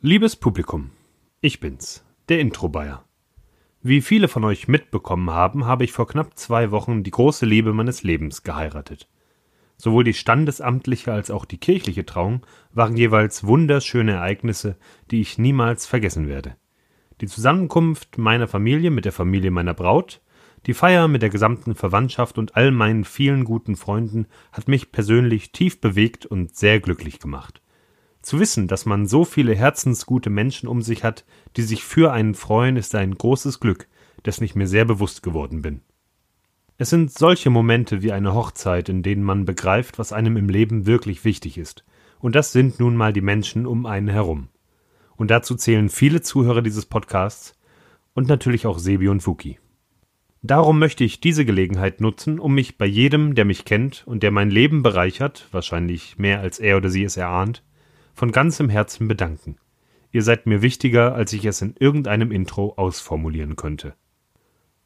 Liebes Publikum, ich bin's, der Intro-Bayer. Wie viele von euch mitbekommen haben, habe ich vor knapp zwei Wochen die große Liebe meines Lebens geheiratet. Sowohl die standesamtliche als auch die kirchliche Trauung waren jeweils wunderschöne Ereignisse, die ich niemals vergessen werde. Die Zusammenkunft meiner Familie mit der Familie meiner Braut, die Feier mit der gesamten Verwandtschaft und all meinen vielen guten Freunden hat mich persönlich tief bewegt und sehr glücklich gemacht. Zu wissen, dass man so viele herzensgute Menschen um sich hat, die sich für einen freuen, ist ein großes Glück, dessen ich mir sehr bewusst geworden bin. Es sind solche Momente wie eine Hochzeit, in denen man begreift, was einem im Leben wirklich wichtig ist. Und das sind nun mal die Menschen um einen herum. Und dazu zählen viele Zuhörer dieses Podcasts und natürlich auch Sebi und Fuki. Darum möchte ich diese Gelegenheit nutzen, um mich bei jedem, der mich kennt und der mein Leben bereichert, wahrscheinlich mehr als er oder sie es erahnt, von ganzem Herzen bedanken. Ihr seid mir wichtiger, als ich es in irgendeinem Intro ausformulieren könnte.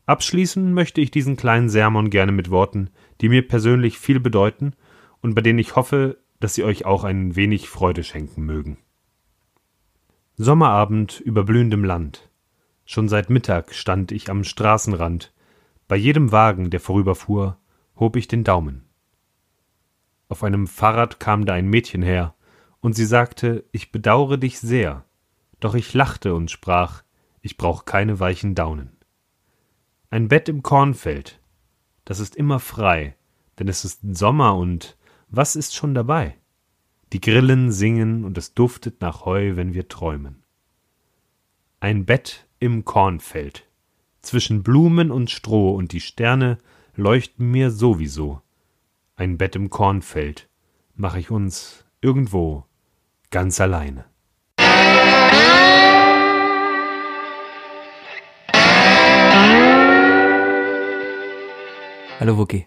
Abschließen möchte ich diesen kleinen Sermon gerne mit Worten, die mir persönlich viel bedeuten und bei denen ich hoffe, dass sie euch auch ein wenig Freude schenken mögen. Sommerabend über blühendem Land. Schon seit Mittag stand ich am Straßenrand. Bei jedem Wagen, der vorüberfuhr, hob ich den Daumen. Auf einem Fahrrad kam da ein Mädchen her, und sie sagte, ich bedaure dich sehr. Doch ich lachte und sprach, ich brauch keine weichen Daunen. Ein Bett im Kornfeld, das ist immer frei, denn es ist Sommer und was ist schon dabei? Die Grillen singen und es duftet nach Heu, wenn wir träumen. Ein Bett im Kornfeld, zwischen Blumen und Stroh und die Sterne leuchten mir sowieso. Ein Bett im Kornfeld, mach ich uns irgendwo ganz alleine. Hallo Wookie.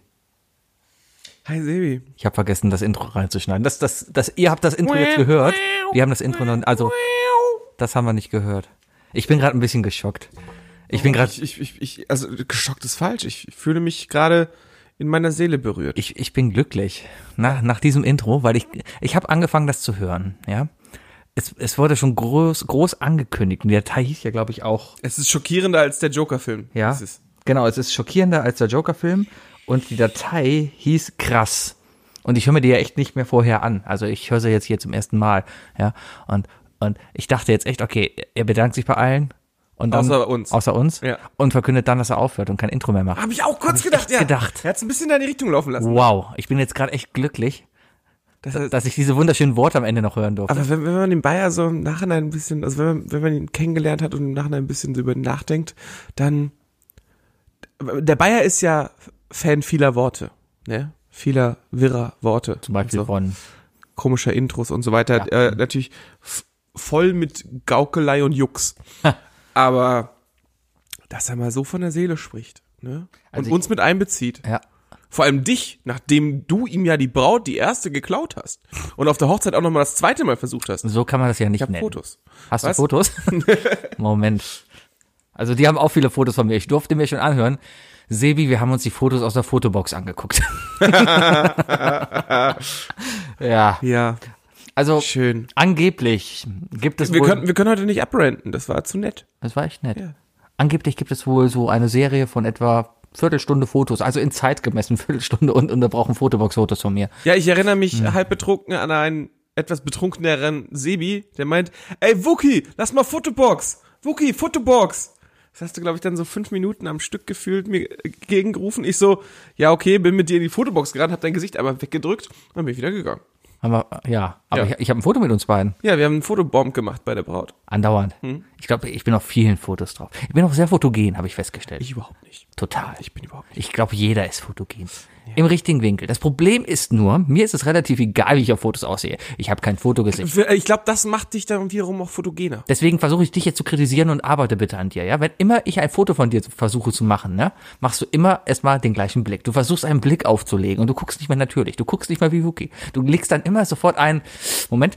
Hi Sebi. Ich habe vergessen, das Intro reinzuschneiden. Das, das, das, ihr habt das Intro jetzt gehört. Wir haben das Intro noch, also das haben wir nicht gehört. Ich bin gerade ein bisschen geschockt. Ich bin gerade, Ich, ich, ich, ich, also geschockt ist falsch. Ich fühle mich gerade in meiner Seele berührt. ich, ich bin glücklich nach, nach diesem Intro, weil ich, ich habe angefangen, das zu hören. Ja, es, es wurde schon groß, groß angekündigt und der Teil hieß ja, glaube ich, auch es ist schockierender als der Joker-Film. Ja. Es ist, Genau, es ist schockierender als der Joker-Film und die Datei hieß krass. Und ich höre mir die ja echt nicht mehr vorher an. Also ich höre sie jetzt hier zum ersten Mal. Ja. Und, und ich dachte jetzt echt, okay, er bedankt sich bei allen. Und dann, Außer uns. Außer uns. Ja. Und verkündet dann, dass er aufhört und kein Intro mehr macht. Hab ich auch kurz ich gedacht, echt ja. gedacht. Er hat's ein bisschen in deine Richtung laufen lassen. Wow, ich bin jetzt gerade echt glücklich, Das, heißt, dass ich diese wunderschönen Worte am Ende noch hören durfte. aber wenn, wenn man den Bayer so im Nachhinein ein bisschen, also wenn man, wenn man ihn kennengelernt hat und im Nachhinein ein bisschen so über ihn nachdenkt, dann der Bayer ist ja Fan vieler Worte, ne? Vieler wirrer Worte. Also Zum Beispiel und so. von komischer Intros und so weiter. Äh, natürlich f- voll mit Gaukelei und Jux. Aber dass er mal so von der Seele spricht ne? und Also ich- uns mit einbezieht. ja, Vor allem dich, nachdem du ihm ja die Braut, die erste, geklaut hast. Und auf der Hochzeit auch nochmal das zweite Mal versucht hast. Ich so kann man das ja nicht habe nennen. Fotos. Hast Was? du Fotos? Moment. Also die haben auch viele Fotos von mir. Ich durfte mir schon anhören. Sebi, wir haben uns die Fotos aus der Fotobox angeguckt. ja, Ja, also schön. angeblich gibt es Wir wohl, können, wir können heute nicht abrenten, das war zu nett. das war echt nett. Ja. Angeblich gibt es wohl so eine Serie von etwa Viertelstunde Fotos, also in Zeit gemessen Viertelstunde und unterbrochen Fotobox-Fotos von mir. Ja, ich erinnere mich halb betrunken an einen etwas betrunkeneren Sebi, der meint, ey Wookie, lass mal Fotobox, Wookie, Fotobox. Das hast du, glaube ich, dann so fünf Minuten am Stück gefühlt mir äh, gegengerufen. Ich so, ja okay, bin mit dir in die Fotobox gerannt, hab dein Gesicht aber weggedrückt und dann bin ich wieder gegangen. Haben wir, ja, aber Ja. ich, ich habe ein Foto mit uns beiden. Ja, wir haben einen Fotobomb gemacht bei der Braut. Andauernd. Hm. Ich glaube, ich bin auf vielen Fotos drauf. Ich bin auch sehr fotogen, habe ich festgestellt. Ich überhaupt nicht. Total. Ich bin überhaupt nicht. Ich glaube, jeder ist fotogen. Im richtigen Winkel. Das Problem ist nur, mir ist es relativ egal, wie ich auf Fotos aussehe. Ich habe kein Foto gesehen. äh, Ich glaube, das macht dich dann wiederum auch fotogener. Deswegen versuche ich dich jetzt zu kritisieren und arbeite bitte an dir, ja? Wenn immer ich ein Foto von dir versuche zu machen, ne, machst du immer erstmal den gleichen Blick. Du versuchst einen Blick aufzulegen und du guckst nicht mehr natürlich. Du guckst nicht mehr wie Wookie. Du legst dann immer sofort einen, Moment,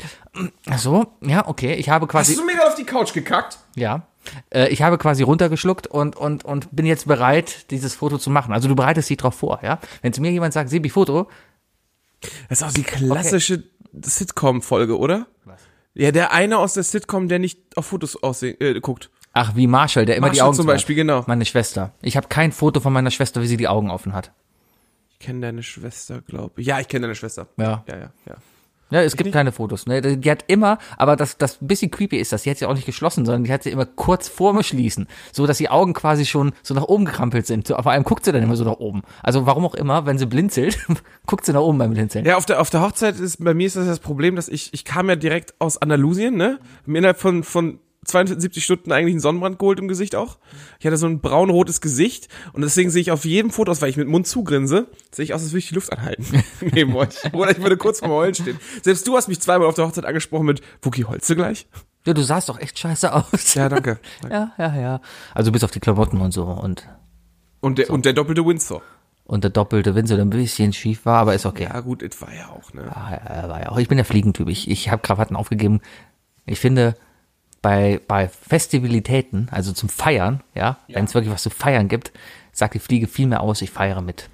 so, ja, okay, ich habe quasi. Hast du mir gerade auf die Couch gekackt? Ja. Äh, Ich habe quasi runtergeschluckt und, und, und bin jetzt bereit, dieses Foto zu machen. Also du bereitest dich drauf vor, ja? Wenn zu mir jemand sagt, Sebi, Foto, Das ist auch die klassische Sitcom-Folge, oder? Was? Ja, der eine aus der Sitcom, der nicht auf Fotos aussehen, äh, guckt. Ach, wie Marshall, der immer die Marshall Augen zum zukneift. Beispiel, genau. Meine Schwester. Ich habe kein Foto von meiner Schwester, wie sie die Augen offen hat. Ich kenne deine Schwester, glaube ich. Ja, ich kenne deine Schwester. Ja. Ja, ja, ja. Ja, es gibt keine Fotos. Ne? Die hat immer, aber das, das bisschen creepy ist das. Die hat sie auch nicht geschlossen, sondern die hat sie immer kurz vorm Schließen. So, dass die Augen quasi schon so nach oben gekrampelt sind. So, vor allem guckt sie dann immer so nach oben. Also, warum auch immer, wenn sie blinzelt, guckt sie nach oben beim Blinzeln. Ja, auf der, auf der Hochzeit ist, bei mir ist das das Problem, dass ich, ich kam ja direkt aus Andalusien, ne? Hab mir innerhalb von, von 72 Stunden eigentlich einen Sonnenbrand geholt im Gesicht auch. Ich hatte so ein braun-rotes Gesicht und deswegen sehe ich auf jedem Foto aus, weil ich mit dem Mund zugrinse, sehe ich aus, als würde ich die Luft anhalten. Neben euch. Oder ich würde kurz vorm Heulen stehen. Selbst du hast mich zweimal auf der Hochzeit angesprochen mit, Wookie, holst du gleich? Ja, du sahst doch echt scheiße aus. Ja, danke. ja, ja. ja. Also, bis auf die Klamotten und so und, Und der, und der doppelte Windsor. und der doppelte Wind, so ein bisschen schief war, aber ist okay. Ja, gut, es war ja auch, ne? Ah, ja, war ja auch. Ich bin der Fliegentyp. Ich, ich habe Krawatten aufgegeben. Ich finde, bei, bei Festivitäten, also zum Feiern, ja, wenn es wirklich was zu feiern gibt, sagt die Fliege viel mehr aus, ich feiere mit.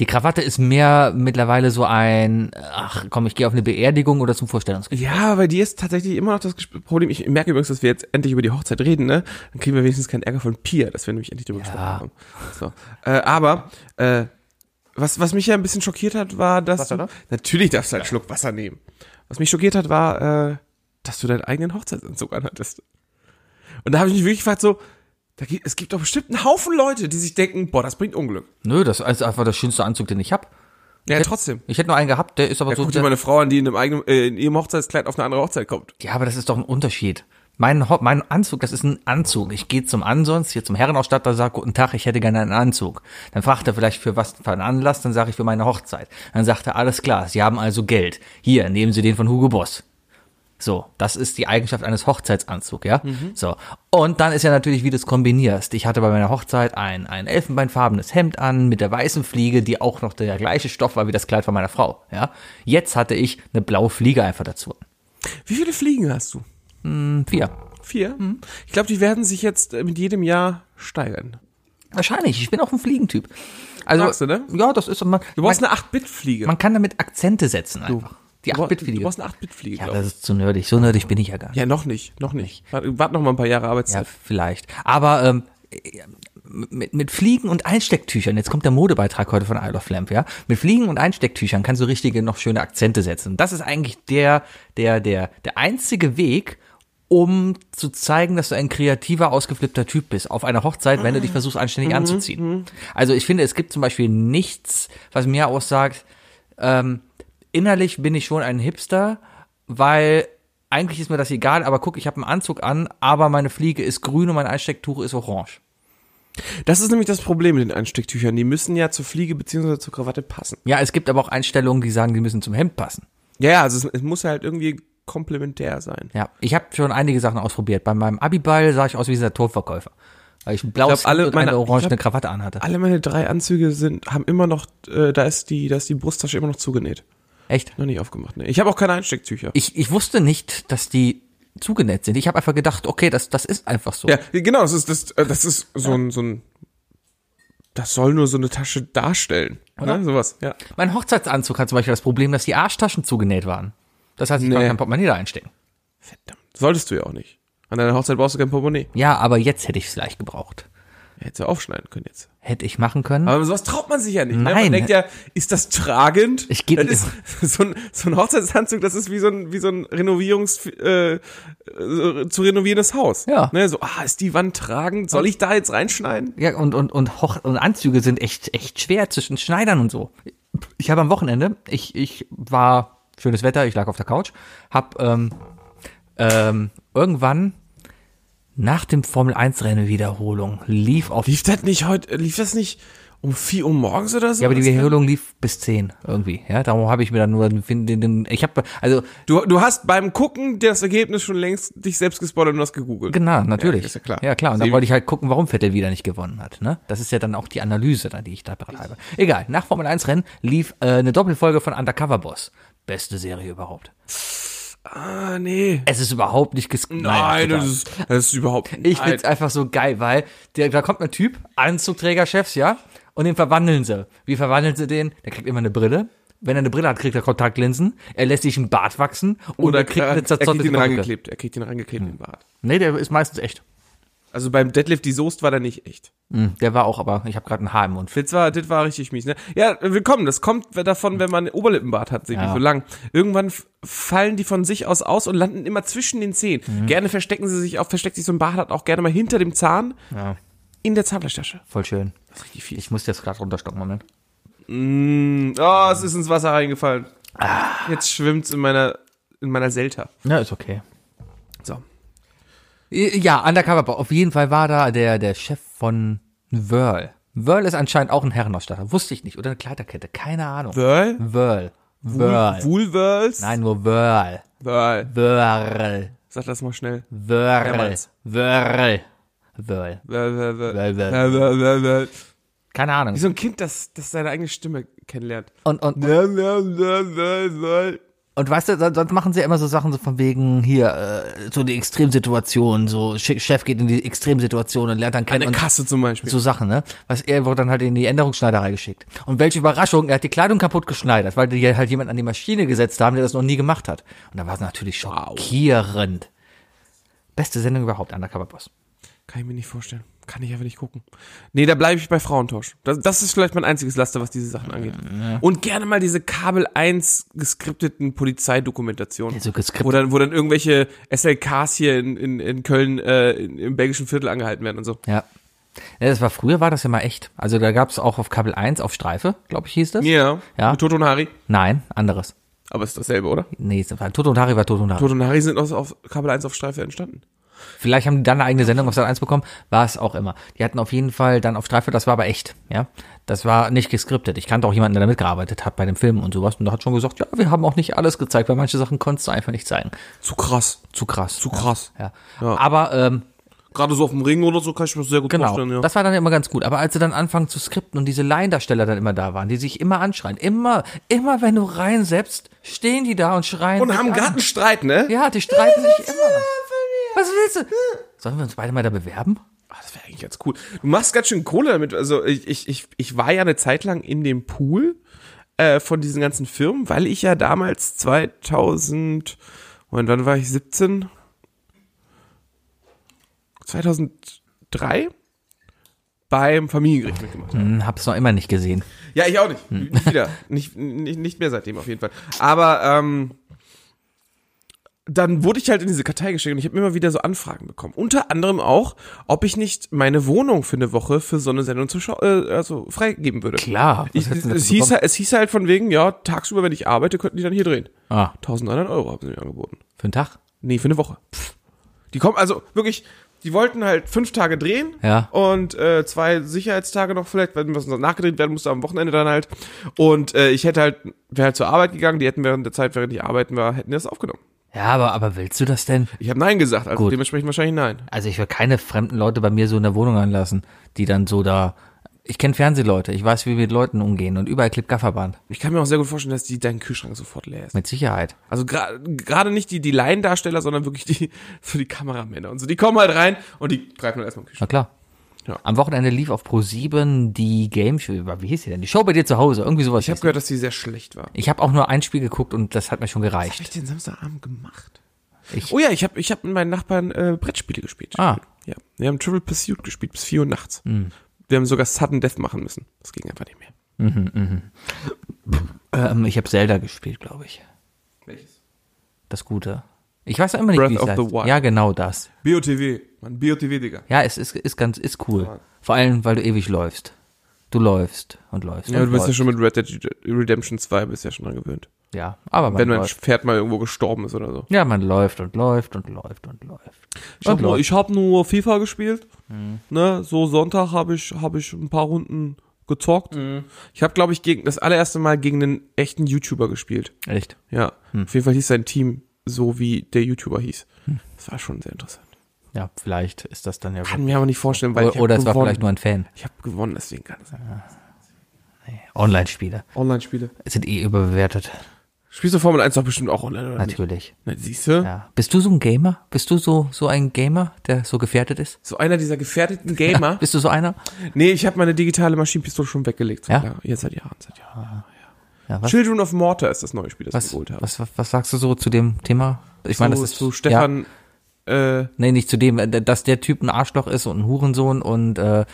Die Krawatte ist mehr mittlerweile so ein, ach komm, ich gehe auf eine Beerdigung oder zum Vorstellungsgespräch. Ja, bei dir ist tatsächlich immer noch das Ges- Problem. Ich merke übrigens, dass wir jetzt endlich über die Hochzeit reden, ne? Dann kriegen wir wenigstens keinen Ärger von Pia, dass wir nämlich endlich darüber gesprochen haben. So. Äh, aber äh, was, was mich ja ein bisschen schockiert hat, war, dass Wasser, du, ne? natürlich darfst du einen Schluck Wasser nehmen. Was mich schockiert hat, war, äh, dass du deinen eigenen Hochzeitsanzug anhattest. Und da habe ich mich wirklich gefragt, so, da gibt, es gibt doch bestimmt einen Haufen Leute, die sich denken, boah, das bringt Unglück. Nö, das ist einfach der schönste Anzug, den ich habe. Ja, trotzdem. Ich hätte nur einen gehabt, der ist aber Da so. guckt dir mal eine Frau an, die in, einem eigenen, äh, in ihrem Hochzeitskleid auf eine andere Hochzeit kommt. Ja, aber das ist doch ein Unterschied. Mein, Ho- mein Anzug, das ist ein Anzug. Ich gehe zum Ansonst, hier zum Herrenausstatter, sag guten Tag, ich hätte gerne einen Anzug. Dann fragt er vielleicht für was für einen Anlass, dann sage ich für meine Hochzeit. Dann sagt er, alles klar, Sie haben also Geld. Hier, nehmen Sie den von Hugo Boss. So, das ist die Eigenschaft eines Hochzeitsanzug, ja? So. Und dann ist ja natürlich, wie du es kombinierst. Ich hatte bei meiner Hochzeit ein, ein elfenbeinfarbenes Hemd an mit der weißen Fliege, die auch noch der gleiche Stoff war wie das Kleid von meiner Frau, ja? Jetzt hatte ich eine blaue Fliege einfach dazu. Wie viele Fliegen hast du? Vier. Vier. Mhm. Ich glaube, die werden sich jetzt äh, mit jedem Jahr steigern. Wahrscheinlich. Ich bin auch ein Fliegentyp. Also, Magst du, ne? Ja, das ist man, Du man, brauchst eine 8-Bit-Fliege. man kann damit Akzente setzen Du, einfach. Die du brauch- 8-Bit-Fliege. Du brauchst eine 8-Bit-Fliege, Ja, glaub ich. das ist zu nerdig. So nerdig bin ich ja gar nicht. ja, noch nicht, noch nicht. Warte, warte noch mal ein paar Jahre Ja, Arbeitszeit. vielleicht. Aber ähm, mit, mit Fliegen und Einstecktüchern, jetzt kommt der Modebeitrag heute von Isle of Lamp, ja? Mit Fliegen und Einstecktüchern kannst du richtige, noch schöne Akzente setzen. Das ist eigentlich der, der, der, der einzige Weg, um zu zeigen, dass du ein kreativer, ausgeflippter Typ bist auf einer Hochzeit, wenn du dich versuchst, anständig anzuziehen. Also ich finde, es gibt zum Beispiel nichts, was mir aussagt, ähm, innerlich bin ich schon ein Hipster, weil eigentlich ist mir das egal, aber guck, ich habe einen Anzug an, aber meine Fliege ist grün und mein Einstecktuch ist orange. Das ist nämlich das Problem mit den Einstecktüchern. Die müssen ja zur Fliege beziehungsweise zur Krawatte passen. Ja, es gibt aber auch Einstellungen, die sagen, die müssen zum Hemd passen. Ja, ja, also es, es muss ja halt irgendwie komplementär sein. Ja, ich habe schon einige Sachen ausprobiert. Bei meinem Abiball sah ich aus wie dieser Torverkäufer, weil ich ein blaues Ich glaub, alle Hemd und meine- eine ich orange glaub- Krawatte anhatte. Alle meine drei Anzüge sind, haben immer noch, äh, da ist die, da ist die Brusttasche immer noch zugenäht. Echt? Noch nicht aufgemacht, ne? Ich habe auch keine Einstecktücher. Ich, ich wusste nicht, dass die zugenäht sind. Ich habe einfach gedacht, okay, das, das ist einfach so. Ja, genau, das ist, das, äh, das ist so ein, so ein, das soll nur so eine Tasche darstellen. Ne? Sowas, ja. Mein Hochzeitsanzug hat zum Beispiel das Problem, dass die Arschtaschen zugenäht waren. Das heißt, ich kann Nee. kein Portemonnaie da einstecken. Verdammt. Solltest du ja auch nicht. An deiner Hochzeit brauchst du kein Portemonnaie. Ja, aber jetzt hätte ich es vielleicht gebraucht. Hättest du aufschneiden können jetzt. Hätte ich machen können. Aber sowas traut man sich ja nicht. Ne? Nein. Man denkt ja, ist das tragend? Ich geh- das ist, so, ein, so ein Hochzeitsanzug, das ist wie so ein, wie so ein Renovierungs, äh, äh, zu renovierendes Haus. Ja. Ne? So, ah, ist die Wand tragend? Soll ich da jetzt reinschneiden? Ja, und, und, und, Hoch und Anzüge sind echt, echt schwer zwischen Schneidern und so. Ich habe am Wochenende, ich, ich war, schönes Wetter, ich lag auf der Couch, hab ähm, ähm, irgendwann nach dem Formel-1-Rennen Wiederholung lief auf. Lief das nicht heute, äh, lief das nicht um 4 Uhr morgens oder so? ja, aber die Das- Wiederholung lief bis 10 irgendwie, ja. Darum habe ich mir dann nur den, den, den ich habe, also Du, du hast beim Gucken das Ergebnis schon längst dich selbst gespoilert und du hast gegoogelt. Genau, natürlich. ist ja klar. Ja, klar. Und dann Sie- wollte ich halt gucken, warum Vettel wieder nicht gewonnen hat. Ne? Das ist ja dann auch die Analyse, dann, die ich da betreibe. Egal, nach Formel 1 Rennen lief äh, eine Doppelfolge von Undercover Boss. Beste Serie überhaupt. Ah, nee. Es ist überhaupt nicht ges Nein, total. das ist, das ist überhaupt Ich nein. find's einfach so geil, weil der, da kommt ein Typ, Anzugträgerchefs, ja, und den verwandeln sie. Wie verwandeln sie den? Der kriegt immer eine Brille, Wenn er eine Brille hat, kriegt er Kontaktlinsen. Er lässt sich einen Bart wachsen und Oder er kriegt eine äh, er kriegt zerzottelte ihn Perücke. Hm. rangeklebt. Er kriegt ihn rangeklebt, den Bart. Nee, der ist meistens echt. Also beim Deadlift die Soest war der nicht echt. Hm, Der war auch, aber ich habe gerade ein Haar im Mund. Das war, das war richtig mies, ne? Ja, willkommen. Das kommt davon, wenn man einen Oberlippenbart hat, Sebi, Ja. so lang. Irgendwann f- fallen die von sich aus aus und landen immer zwischen den Zähnen. Mhm. Gerne verstecken sie sich auch, versteckt sich so ein Bart auch gerne mal hinter dem Zahn Ja, in der Zahnfleischtasche. voll schön. Das ist richtig Ich muss jetzt gerade runterstocken, Moment. Mhm. Mm, oh, es ist ins Wasser reingefallen. Ah. Jetzt schwimmt's in meiner, in meiner Selta. Ja, ist okay. So. Ja, Undercover Boss. Auf jeden Fall war da der, der Chef von Whirl. Whirl ist anscheinend auch ein Herrenausstatter. Wusste ich nicht. Oder eine Kleiderkette. Keine Ahnung. Wörl? Whirl. Whirl. Woolwörls? Nein, nur Whirl. Wörl. Whirl. Sag das mal schnell. Whirl. Mehrmals. Whirl. Whirl. Wörl, wörl, wörl. Wörl, Wörl, wörl. wörl, wörl, wörl. Keine Ahnung. Wie so ein Kind, das, das seine eigene Stimme kennenlernt. Und, und, Wörl, wörl, wörl, wörl, wörl. und weißt du, sonst sonst machen sie ja immer so Sachen so von wegen hier, äh, so die Extremsituation, so Sch- Chef geht in die Extremsituation und lernt dann An kennen der und Kasse zum Beispiel. so Sachen, ne? Was er wurde dann halt in die Änderungsschneiderei geschickt. Und welche Überraschung, er hat die Kleidung kaputt geschneidert, weil die halt jemand an die Maschine gesetzt haben, der das noch nie gemacht hat. Und da war es natürlich schockierend. Beste Sendung überhaupt, Undercover Boss. Kann ich mir nicht vorstellen. Kann ich einfach nicht gucken. Nee, da bleibe ich bei Frauentausch. Das, das ist vielleicht mein einziges Laster, was diese Sachen angeht. Und gerne mal diese Kabel 1 geskripteten Polizeidokumentationen. Ja, so geskriptet. wo, dann, wo dann irgendwelche SLKs hier in, in, in Köln äh, in, im belgischen Viertel angehalten werden und so. Ja. ja. Das war früher war das ja mal echt. Also da gab's auch auf Kabel 1 auf Streife, glaube ich, hieß das. Ja. Ja. Mit Toto und Hari. anderes. Nein, anderes. Aber ist dasselbe, oder? Nee, es war Toto und Harry war Toto und Harry. Toto und Hari sind aus, auf Kabel 1 auf Streife entstanden. Vielleicht haben die dann eine eigene Sendung auf Sat 1 bekommen, war es auch immer. Die hatten auf jeden Fall dann auf Streife, das war aber echt, ja. Das war nicht geskriptet. Ich kannte auch jemanden, der da mitgearbeitet hat bei dem Film und sowas und der hat schon gesagt, ja, wir haben auch nicht alles gezeigt, weil manche Sachen konntest du einfach nicht zeigen. Zu krass. Zu krass. Zu krass. Ja. Ja. Aber ähm, Gerade so auf dem Ring oder so kann ich mir das sehr gut genau, vorstellen, ja. das war dann immer ganz gut. Aber als sie dann anfangen zu skripten und diese Laiendarsteller dann immer da waren, die sich immer anschreien, immer, immer wenn du reinsetzt, stehen die da und schreien. und sich haben an. gerade einen Streit, ne? Ja, die streiten sich immer. Was willst du? Sollen wir uns beide mal da bewerben? Ah, das wäre eigentlich ganz cool. Du machst ganz schön Kohle damit. Also ich, ich, ich, ich war ja eine Zeit lang in dem Pool äh, von diesen ganzen Firmen, weil ich ja damals 2000, Moment, wann war ich 17? 2003 beim Familiengericht mitgemacht. habe. Hm, hab's noch immer nicht gesehen. Ja, ich auch nicht. Hm. Nicht wieder. Nicht, nicht, nicht mehr seitdem auf jeden Fall. Aber ähm, dann wurde ich halt in diese Kartei geschickt und ich habe immer wieder so Anfragen bekommen. Unter anderem auch, ob ich nicht meine Wohnung für eine Woche für so eine Sendung zur Schau äh, also freigeben würde. Klar, was Ich, hättest du es, dazu hieß, bekommen? halt- es hieß halt von wegen, ja, tagsüber, wenn ich arbeite, könnten die dann hier drehen. Ah, 1300 Euro haben sie mir angeboten. für einen Tag? Nee, für eine Woche. Die kommen, also wirklich, die wollten halt fünf Tage drehen Ja. und äh, zwei Sicherheitstage noch vielleicht, wenn was nachgedreht werden musste am Wochenende dann halt. Und äh, ich hätte halt, wäre halt zur Arbeit gegangen, die hätten während der Zeit, während ich arbeiten war, hätten die das aufgenommen. Ja, aber, aber willst du das denn? Ich habe Nein gesagt, also Gut. dementsprechend wahrscheinlich Nein. Also ich will keine fremden Leute bei mir so in der Wohnung anlassen, die dann so da. Ich kenne Fernsehleute, ich weiß, wie wir mit Leuten umgehen und überall klebt Gafferband. Ich kann mir auch sehr gut vorstellen, dass die deinen Kühlschrank sofort leer ist. Mit Sicherheit. Also gra- gerade nicht die, die Laiendarsteller, sondern wirklich die, so die Kameramänner und so. Die kommen halt rein und die greifen halt erstmal im Kühlschrank. Na klar. Ja. Am Wochenende lief auf Pro7 die Game Show. Wie hieß die denn? Die Show bei dir zu Hause, irgendwie sowas. Ich habe gehört, dass die sehr schlecht war. ich habe auch nur ein Spiel geguckt und das hat mir schon Was hab ich gereicht. den Samstagabend gemacht? Ich- oh ja, ich habe ich hab mit meinen Nachbarn äh, Brettspiele gespielt. Ah. Ja. Wir haben Triple Pursuit gespielt bis 4 Uhr nachts. Wir haben sogar Sudden Death machen müssen. Das ging einfach nicht mehr. Ähm, ich habe Zelda gespielt, glaube ich. Welches? Das Gute. Ich weiß auch immer nicht, Breath wie es of heißt. the Wild. Ja, genau das. BOTW. Mann, BOTW, Digga. Ja, es ist, ist ganz, ist cool. Vor allem, weil du ewig läufst. Du läufst und läufst. Ja, und du bist ja läufst. schon mit Red Dead Redemption 2 bist ja schon dran gewöhnt. Ja, aber man Wenn mein läuft. Pferd mal irgendwo gestorben ist oder so. Ja, man läuft und läuft und läuft und läuft. Ich habe Und nur, läuft. ich hab nur FIFA gespielt. Ne, so Sonntag habe ich, hab ich ein paar Runden gezockt. Ich habe, glaube ich, gegen, das allererste Mal gegen einen echten YouTuber gespielt. Echt? Ja, Hm. auf jeden Fall hieß sein Team so, wie der YouTuber hieß. Das war schon sehr interessant. Ja, vielleicht ist das dann ja. Kann mir aber nicht vorstellen, weil ich Oder, hab oder es war gewonnen. vielleicht nur ein Fan. Ich habe gewonnen, deswegen kann es sein. Online-Spiele Online-Spiele. sind eh überbewertet. Spielst du Formel 1 doch bestimmt auch online, oder nicht? Natürlich. Na, siehst du? Ja. Bist du so ein Gamer? Bist du so, so ein Gamer, der so gefährdet ist? So einer dieser gefährdeten Gamer. Bist du so einer? nee, ich habe meine digitale Maschinenpistole schon weggelegt. Ja? Jetzt seit Jahren, seit Jahren. Ja, was, Children of Mortar ist das neue Spiel, das ich was, geholt habe. was, was, was sagst du so zu dem Thema? Ich meine, das zu, ist zu Stefan, äh, Nee, nicht zu dem, äh, dass der Typ ein Arschloch ist und ein Hurensohn und äh,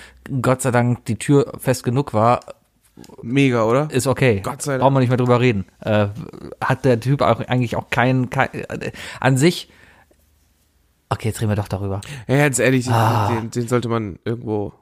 Gott sei Dank die Tür fest genug war, mega, oder? ist okay. Gott sei Dank. Brauchen wir nicht mehr drüber reden. Äh, hat der Typ auch eigentlich auch keinen, kein, äh, an sich. Okay, jetzt reden wir doch darüber. Ja, ganz ehrlich, den- Ah. den, den sollte man irgendwo.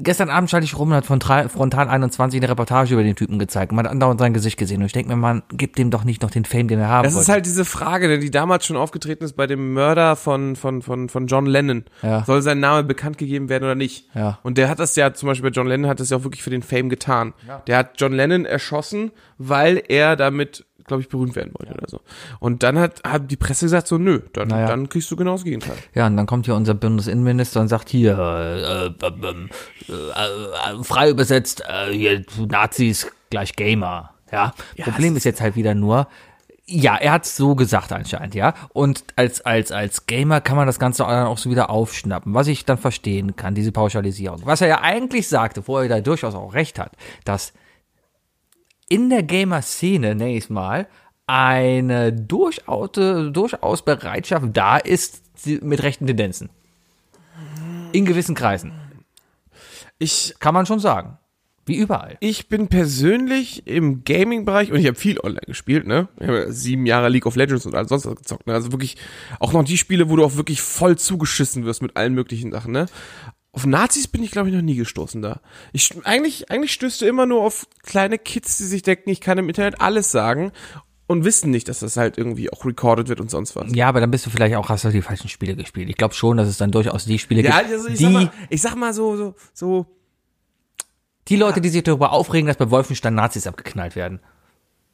Gestern Abend schalte ich rum und hat von Tra- Frontal 21 eine Reportage über den Typen gezeigt. Man hat andauernd sein Gesicht gesehen und ich denke mir, man gibt dem doch nicht noch den Fame, den er haben Das ist wollte. halt diese Frage, denn die damals schon aufgetreten ist bei dem Mörder von, von, von, von John Lennon. Ja. Soll sein Name bekannt gegeben werden oder nicht? Ja. Und der hat das ja, zum Beispiel bei John Lennon hat das ja auch wirklich für den Fame getan. Der hat John Lennon erschossen, weil er damit, glaube ich, berühmt werden wollte oder so. Und dann hat, hat die Presse gesagt so, nö, dann, Naja. dann kriegst du genau das Gegenteil. Ja, und dann kommt hier unser Bundesinnenminister und sagt hier, äh, äh, ähm, äh, äh, frei übersetzt, äh, hier, Nazis gleich Gamer. Ja, Problem ist jetzt halt wieder nur, ja, er hat's so gesagt anscheinend, ja. Und als, als, als Gamer kann man das Ganze dann auch so wieder aufschnappen, was ich dann verstehen kann, diese Pauschalisierung. Was er ja eigentlich sagte, wo er da durchaus auch recht hat, dass in der Gamer-Szene, nenn ich's mal, eine durchaus, durchaus Bereitschaft da ist sie- mit rechten Tendenzen. In gewissen Kreisen. Ich, Kann man schon sagen. Wie überall. ich bin persönlich im Gaming-Bereich und ich habe viel online gespielt, ne? Ich habe sieben Jahre League of Legends und alles sonst was gezockt, ne? Also wirklich auch noch die Spiele, wo du auch wirklich voll zugeschissen wirst mit allen möglichen Sachen, ne? Auf Nazis bin ich, glaube ich, noch nie gestoßen da. Ich, eigentlich, eigentlich stößt du immer nur auf kleine Kids, die sich denken, ich kann im Internet alles sagen und wissen nicht, dass das halt irgendwie auch recorded wird und sonst was. Ja, aber dann bist du vielleicht auch, hast du die falschen Spiele gespielt. Ich glaube schon, dass es dann durchaus die Spiele Ja, gibt, also ich, die, sag mal, ich sag mal so, so, so, die Leute, die sich darüber aufregen, dass bei Wolfenstein Nazis abgeknallt werden.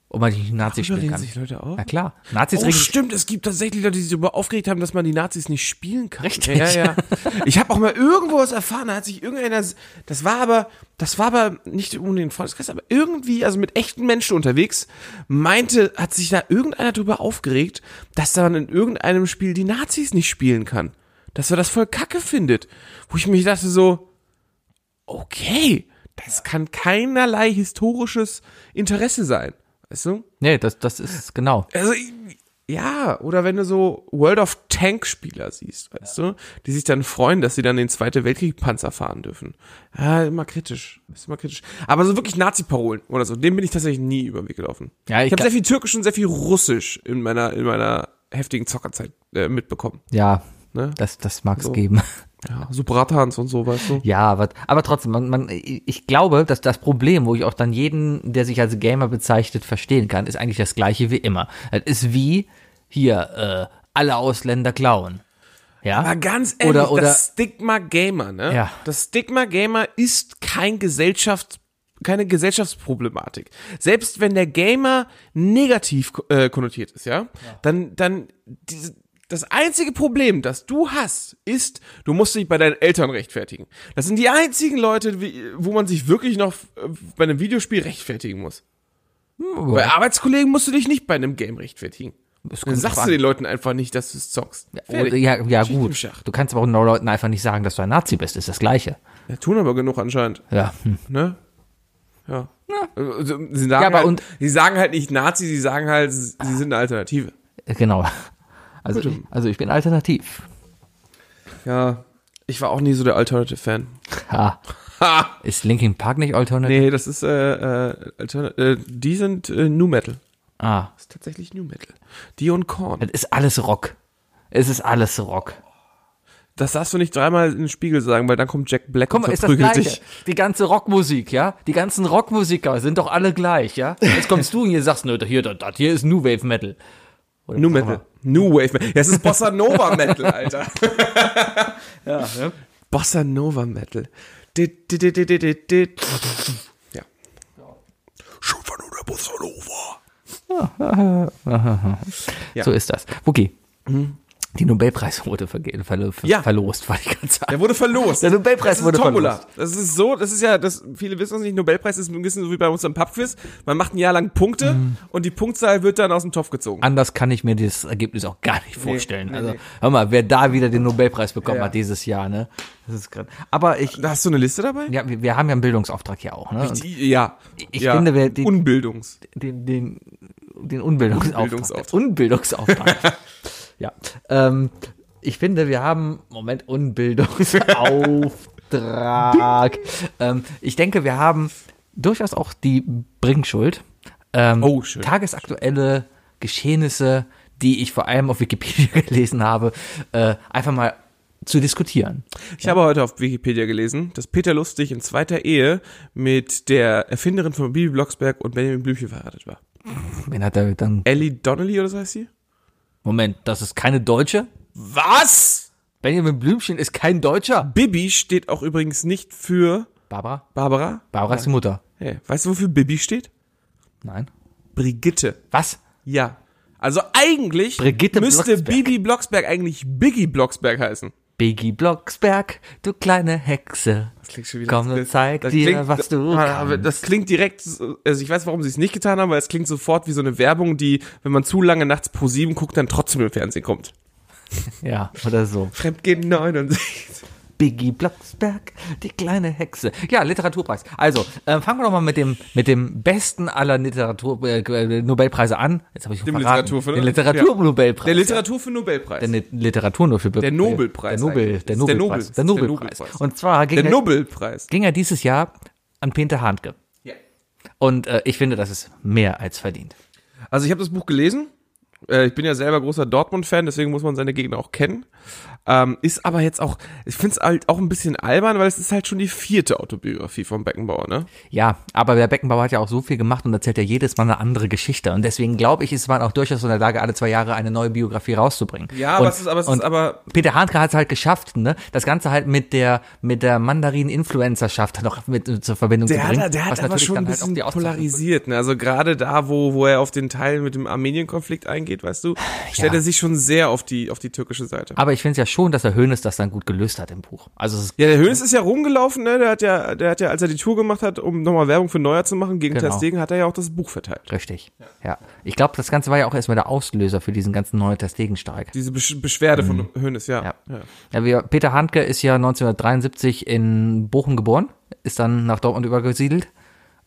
Und man nicht Nazis Darüber spielen regen kann. sich Leute auf? Na klar. Nazis Oh, regen stimmt, es gibt tatsächlich Leute, die sich darüber aufgeregt haben, dass man die Nazis nicht spielen kann. Richtig. Ja, ja. Ich habe auch mal irgendwo was erfahren, da hat sich irgendeiner, das war aber, das war aber nicht um den Freundeskreis, aber irgendwie, also mit echten Menschen unterwegs, meinte, hat sich da irgendeiner darüber aufgeregt, dass man in irgendeinem Spiel die Nazis nicht spielen kann. Dass er das voll kacke findet. Wo ich mich dachte so, okay, das kann keinerlei historisches Interesse sein. Weißt du? Nee, das, das ist genau. Also, ja, oder wenn du so World of Tank Spieler siehst, weißt du, die sich dann freuen, dass sie dann den Zweiten Weltkrieg Panzer fahren dürfen. Ja, immer kritisch, ist immer kritisch. Aber so wirklich Nazi-Parolen oder so, dem bin ich tatsächlich nie über den Weg gelaufen. Ja, ich ich habe glaub- sehr viel Türkisch und sehr viel Russisch in meiner, in meiner heftigen Zockerzeit äh, mitbekommen. Ja, Ne? das, das mag es geben. Ja, so Bratans und so, weißt du. Ja, aber, aber trotzdem, man, man, ich glaube, dass das Problem, wo ich auch dann jeden, der sich als Gamer bezeichnet, verstehen kann, ist eigentlich das gleiche wie immer. Das ist wie hier, äh, alle Ausländer klauen. Ja. Aber ganz ehrlich, Oder- oder- das Stigma Gamer, ne? Ja. Das Stigma Gamer ist kein Gesellschafts keine Gesellschaftsproblematik. Selbst wenn der Gamer negativ äh, konnotiert ist, ja, dann dann diese, das einzige Problem, das du hast, ist, du musst dich bei deinen Eltern rechtfertigen. Das sind die einzigen Leute, wie, wo man sich wirklich noch äh, bei einem Videospiel rechtfertigen muss. Hm, Bei Arbeitskollegen musst du dich nicht bei einem Game rechtfertigen. Dann kommt sagst drauf du an. den Leuten einfach nicht, dass du es zockst. Oder, Fertig. ja, ja Schicht im gut. Schacht. Du kannst aber auch den Leuten einfach nicht sagen, dass du ein Nazi bist. Ist das Gleiche. Ja, tun aber genug anscheinend, Ja. Hm. ne? Ja. Also, Sie sagen, Ja, aber halt, und- sie sagen halt nicht Nazi, sie sagen halt, sie sie sind eine Alternative. Genau. Also, ich, also ich bin alternativ. Ja. Ich war auch nie so der Alternative-Fan. Ha. Ha! Ist Linkin Park nicht alternativ? Nee, das ist, äh, äh, Altern äh die sind äh, New Metal. Ah. Das ist tatsächlich New Metal. Die und Korn. Das ist alles Rock. Es ist alles Rock. Das darfst du nicht dreimal in den Spiegel sagen, weil dann kommt Jack Black Guck mal, und ist das verprügelt gleiche. dich. Die ganze Rockmusik, ja? Die ganzen Rockmusiker sind doch alle gleich, ja? Jetzt kommst du und hier sagst, nö, hier, das, das hier ist New Wave Metal. Oder New was auch Metal. New Wave Metal. Ja, es ist Bossa Nova Metal, Alter. immer. Bossa Nova Metal. Dit, dit, dit, dit, dit, dit, dit. Ja. Schon von der Bossa Nova. So ist das. Wookie, Die Nobelpreis wurde verge- verlo- ver Hm? Ja. verlost, wollte ich gerade sagen. Der wurde verlost. Der Nobelpreis das ist wurde Tombola. verlost. Das ist so, das ist ja, das, viele wissen es nicht, Nobelpreis ist ein bisschen so wie bei uns im Pubquiz. Man macht ein Jahr lang Punkte und die Punktzahl wird dann aus dem Topf gezogen. Anders kann ich mir das Ergebnis auch gar nicht vorstellen. nee, also, nee. hör mal, wer da wieder den Nobelpreis bekommen Ja. Also, hat dieses Jahr, ne? Das ist grad, aber ich, Da hast du eine Liste dabei? ja, wir, wir haben ja einen Bildungsauftrag hier auch, ne? Und Die, ja. Ich ja. finde, wer die- Unbildungs. den, den, den Unbildungsauftrag. Unbildungsauftrag. Unbildungsauftrag. ja. Ähm, ich finde, wir haben, Moment, Unbildungsauftrag. ähm, ich denke, wir haben durchaus auch die Bringschuld. Ähm, Oh, schön. Tagesaktuelle Geschehnisse, die ich vor allem auf Wikipedia gelesen habe, äh, einfach mal zu diskutieren. Ich habe heute auf Wikipedia gelesen, dass Peter Lustig in zweiter Ehe mit der Erfinderin von Bibi Blocksberg und Benjamin Blümchen verheiratet war. Wen hat er dann? Ellie Donnelly oder so heißt sie? Moment, das ist keine Deutsche? Was? Benjamin Blümchen ist kein Deutscher? Bibi steht auch übrigens nicht für Barbara? Barbara. Barbara ist die Mutter. Hey, weißt du, wofür Bibi steht? Nein. Brigitte. Was? Ja. Also eigentlich Brigitte müsste Blocksberg. Bibi Blocksberg eigentlich Biggie Blocksberg heißen. Biggie Blocksberg, du kleine Hexe. Das klingt schon wieder- Komm und das- zeig das dir, klingt- was du Ah, aber kannst. Das klingt direkt, so- also ich weiß, warum sie es nicht getan haben, weil es klingt sofort wie so eine Werbung, die, wenn man zu lange nachts pro sieben guckt, dann trotzdem im Fernsehen kommt. Ja, oder so. Fremdgehen 69. Biggie Blocksberg, die kleine Hexe. Ja, Literaturpreis. Also, äh, fangen wir doch mal mit dem, mit dem besten aller Literatur, äh, äh, Nobelpreise an. Jetzt habe ich Dem verraten. Literatur- Den Literatur-Nobelpreis. Der Literatur für den Nobelpreis. Der Ni- Literatur nur für Der Nobelpreis Der Nobel, eigentlich. der Das ist der Nobelpreis. Nobel- Der das ist der Nobelpreis. Nobelpreis. Und zwar ging, Der er, Nobelpreis. ging er dieses Jahr an Peter Handke. Ja. Und äh, ich finde, das ist mehr als verdient. Also ich habe das Buch gelesen. Äh, Ich bin ja selber großer Dortmund-Fan, deswegen muss man seine Gegner auch kennen. Ähm, ist aber jetzt auch, ich finde es halt auch ein bisschen albern, weil es ist halt schon die vierte Autobiografie von Beckenbauer, ne? Ja, aber der Beckenbauer hat ja auch so viel gemacht und erzählt ja jedes Mal eine andere Geschichte. Und deswegen glaube ich, ist man auch durchaus in der Lage, alle zwei Jahre eine neue Biografie rauszubringen. Ja, und, aber es ist, aber es ist und aber, Peter Handke hat es halt geschafft, ne? Das Ganze halt mit der mit der Mandarin-Influencerschaft noch mit äh, zur Verbindung zu der bringen. hat, der was hat aber natürlich schon dann ein halt auch bisschen die Auszeichnung- polarisiert, ne? Also gerade da, wo, wo er auf den Teil mit dem Armenien-Konflikt eingeht, weißt du, stellt er sich schon sehr auf die, auf die türkische Seite. Aber ich finde es ja schon, dass der Hönes das dann gut gelöst hat im Buch. Also es ist Ja, der Hönes ist ja rumgelaufen, ne? Der hat ja, der hat ja, als er die Tour gemacht hat, um nochmal Werbung für Neuer zu machen, gegen Genau. genau. Testegen, hat er ja auch das Buch verteilt. richtig. Ja. Ich glaube, das Ganze war ja auch erstmal der Auslöser für diesen ganzen neuen Testegenstreik. Diese Besch Beschwerde von Hönes, ja. Mhm. Ja. ja. Ja, wir, Peter Handke ist ja 1973 in Bochum geboren, ist dann nach Dortmund übergesiedelt.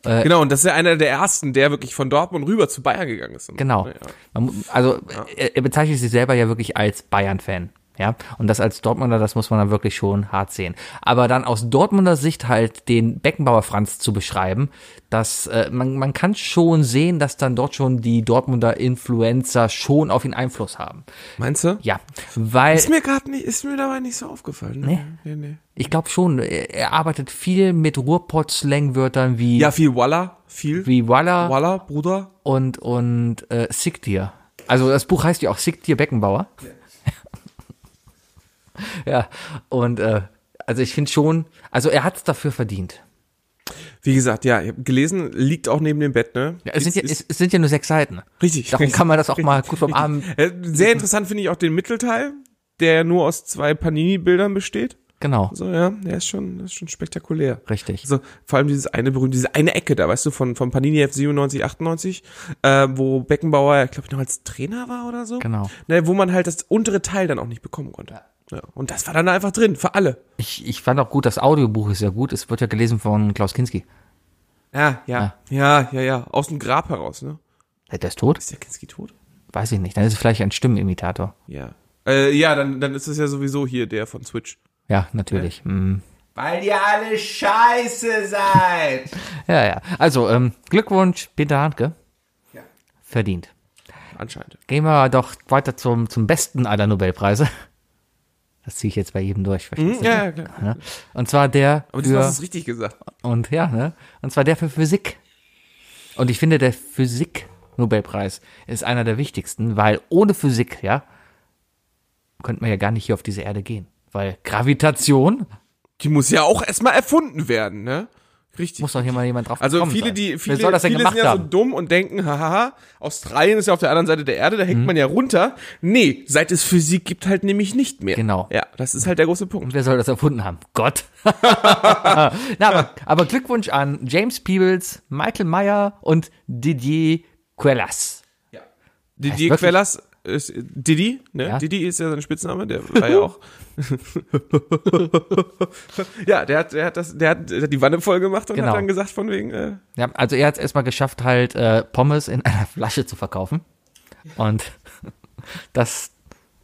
Äh, Genau, und das ist ja einer der ersten, der wirklich von Dortmund rüber zu Bayern gegangen ist. Und- Genau. Ja. Man, mu- also er, er bezeichnet sich selber ja wirklich als Bayern-Fan. Ja, und das als Dortmunder, das muss man dann wirklich schon hart sehen. Aber dann aus Dortmunder Sicht halt den Beckenbauer Franz zu beschreiben, dass äh, man, man kann schon sehen, dass dann dort schon die Dortmunder Influencer schon auf ihn Einfluss haben. Meinst du? Ja, weil Ist mir gerade nicht, ist mir dabei nicht so aufgefallen. Nee. nee, nee. ich glaube schon, er er arbeitet viel mit Ruhrpott-Slangwörtern wie, Ja, viel Walla, viel. wie Walla, Walla, Bruder. und, und äh, Sick Dear. Also das Buch heißt ja auch Sick Dear Beckenbauer. Ja, und äh, also ich finde schon, also er hat es dafür verdient. Wie gesagt, ja, ich hab gelesen, liegt auch neben dem Bett, ne? Ja, es, sind ja, es, es sind ja nur sechs Seiten. richtig. Darum kann man das auch mal gut vom Abend, Äh, Sehr interessant finde ich auch den Mittelteil, der nur aus zwei Panini-Bildern besteht. genau, So, ja, der ist schon, ist schon spektakulär. richtig. So, vor allem dieses eine berühmte, diese eine Ecke da, weißt du, von, von Panini F 97, 98, äh, wo Beckenbauer, ich glaube, noch als Trainer war oder so. Genau. Ne, wo man halt das untere Teil dann auch nicht bekommen konnte. Ja. Und das war dann einfach drin, für alle. Ich, ich fand auch gut, das Audiobuch ist ja gut. Es wird ja gelesen von Klaus Kinski. Ja, ja, ja, ja, ja. Aus dem Grab heraus, ne? Äh, Der ist tot? Ist der Kinski tot? Weiß ich nicht. Dann ist es vielleicht ein Stimmenimitator. Ja. Äh, ja, dann, dann ist es ja sowieso hier der von Switch. Ja, natürlich. Mm. Weil ihr alle scheiße seid. Ja, ja. Also, ähm, Glückwunsch, Peter Handke. Ja. Verdient. Anscheinend. Gehen wir doch weiter zum, zum besten aller Nobelpreise. Das ziehe ich jetzt bei jedem durch. verstehst Hm, Ja, Mhm, ja, klar. du, Ne? Und zwar der Aber diesmal hast du für, es richtig gesagt. und ja, ne? Und zwar der für Physik. Und ich finde, der Physik-Nobelpreis ist einer der wichtigsten, weil ohne Physik, ja, könnten wir ja gar nicht hier auf diese Erde gehen. Weil Gravitation, Die muss ja auch erstmal erfunden werden, ne? Richtig. Muss doch hier mal jemand drauf Also gekommen viele, sein. die, Wer soll viele, das denn viele gemacht sind ja so haben? dumm und denken, hahaha, Australien ist ja auf der anderen Seite der Erde, da hängt Mhm. man ja runter. Nee, seit es Physik gibt halt nämlich nicht mehr. Genau. Ja, das ist halt der große Punkt. Und wer soll das erfunden haben? Gott. Na, aber, aber Glückwunsch an James Peebles, Michael Meyer und Didier Quellas. Didi wirklich? Quellas ist Didi, ne? Ja. Didi ist ja sein Spitzname, der war ja auch. ja, der hat, der hat das, der hat, der hat die Wanne voll gemacht und Genau. hat dann gesagt von wegen, äh, Ja, also er hat es erstmal geschafft, halt äh, Pommes in einer Flasche zu verkaufen. Und das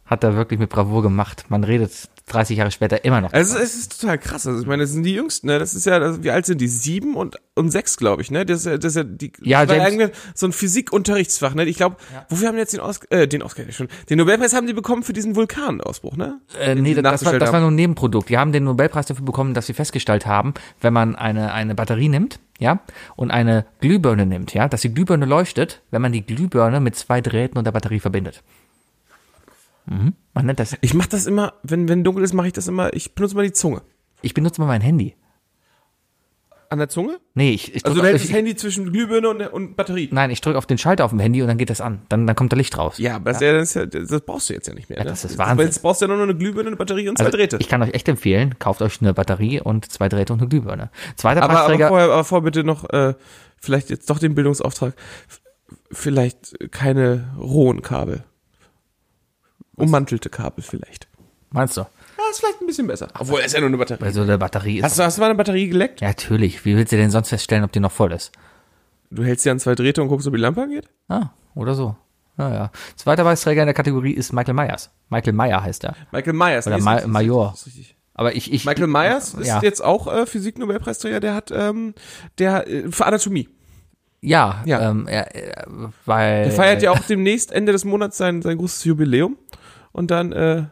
hat er wirklich mit Bravour gemacht. Man redet 30 Jahre später immer noch. also es ist total krass. Also ich meine, das sind die Jüngsten, ne? Das ist ja, also wie alt sind die? Sieben und, und sechs, glaube ich, ne? Das ist ja, das ist ja die, Ja, das war James- irgendwie so ein Physikunterrichtsfach, ne? Ich glaube, wofür haben die jetzt den Oscar, äh, den Oscar schon, den Nobelpreis haben die bekommen für diesen Vulkanausbruch, ne? Äh, nee, Den sie das war, nachgestellt das war haben. nur ein Nebenprodukt. Die haben den Nobelpreis dafür bekommen, dass sie festgestellt haben, wenn man eine, eine Batterie nimmt, ja, und eine Glühbirne nimmt, ja, dass die Glühbirne leuchtet, wenn man die Glühbirne mit zwei Drähten und der Batterie verbindet. Mhm. Man nennt das, Ich mache das immer, wenn wenn dunkel ist, mache ich das immer. Ich benutze mal die Zunge. ich benutze mal mein Handy. An der Zunge? Nee, ich, ich drück Also du auf, hältst ich, das Handy zwischen Glühbirne und, und Batterie. Nein, ich drücke auf den Schalter auf dem Handy und dann geht das an. Dann, dann kommt da Licht raus. Ja, aber das, ist ja- das, ist ja, das brauchst du jetzt ja nicht mehr. ne? das ist Wahnsinn. Jetzt brauchst du ja nur noch eine Glühbirne, eine Batterie und zwei Also, Drähte. ich kann euch echt empfehlen, kauft euch eine Batterie und zwei Drähte und eine Glühbirne. Zweiter aber, aber, Preisträger, vorher, aber vorher bitte noch, äh, vielleicht jetzt doch den Bildungsauftrag, F- vielleicht keine rohen Kabel. Ummantelte Kabel vielleicht. meinst du? Ja, ist vielleicht ein bisschen besser. Obwohl, es ist ja nur eine Batterie. Bei so einer Batterie ist. Hast du, hast du mal eine Batterie geleckt? Ja, natürlich. Wie willst du denn sonst feststellen, ob die noch voll ist? Du hältst sie an zwei Drähte und guckst, ob die Lampe angeht? Ah, oder so. Naja. Zweiter Preisträger in der Kategorie ist Michael Myers. Michael Meyer heißt er. Michael Myers. Oder nee, ist Ma richtig, ist Major. richtig, ist richtig. Aber ich, ich. Michael Myers ist ja. jetzt auch äh, Physik-Nobelpreisträger. Der hat, ähm, der äh, für Anatomie. Ja, Ja. Ähm, er, er, weil. Er feiert ja auch demnächst Ende des Monats sein, sein großes Jubiläum. Und dann, äh,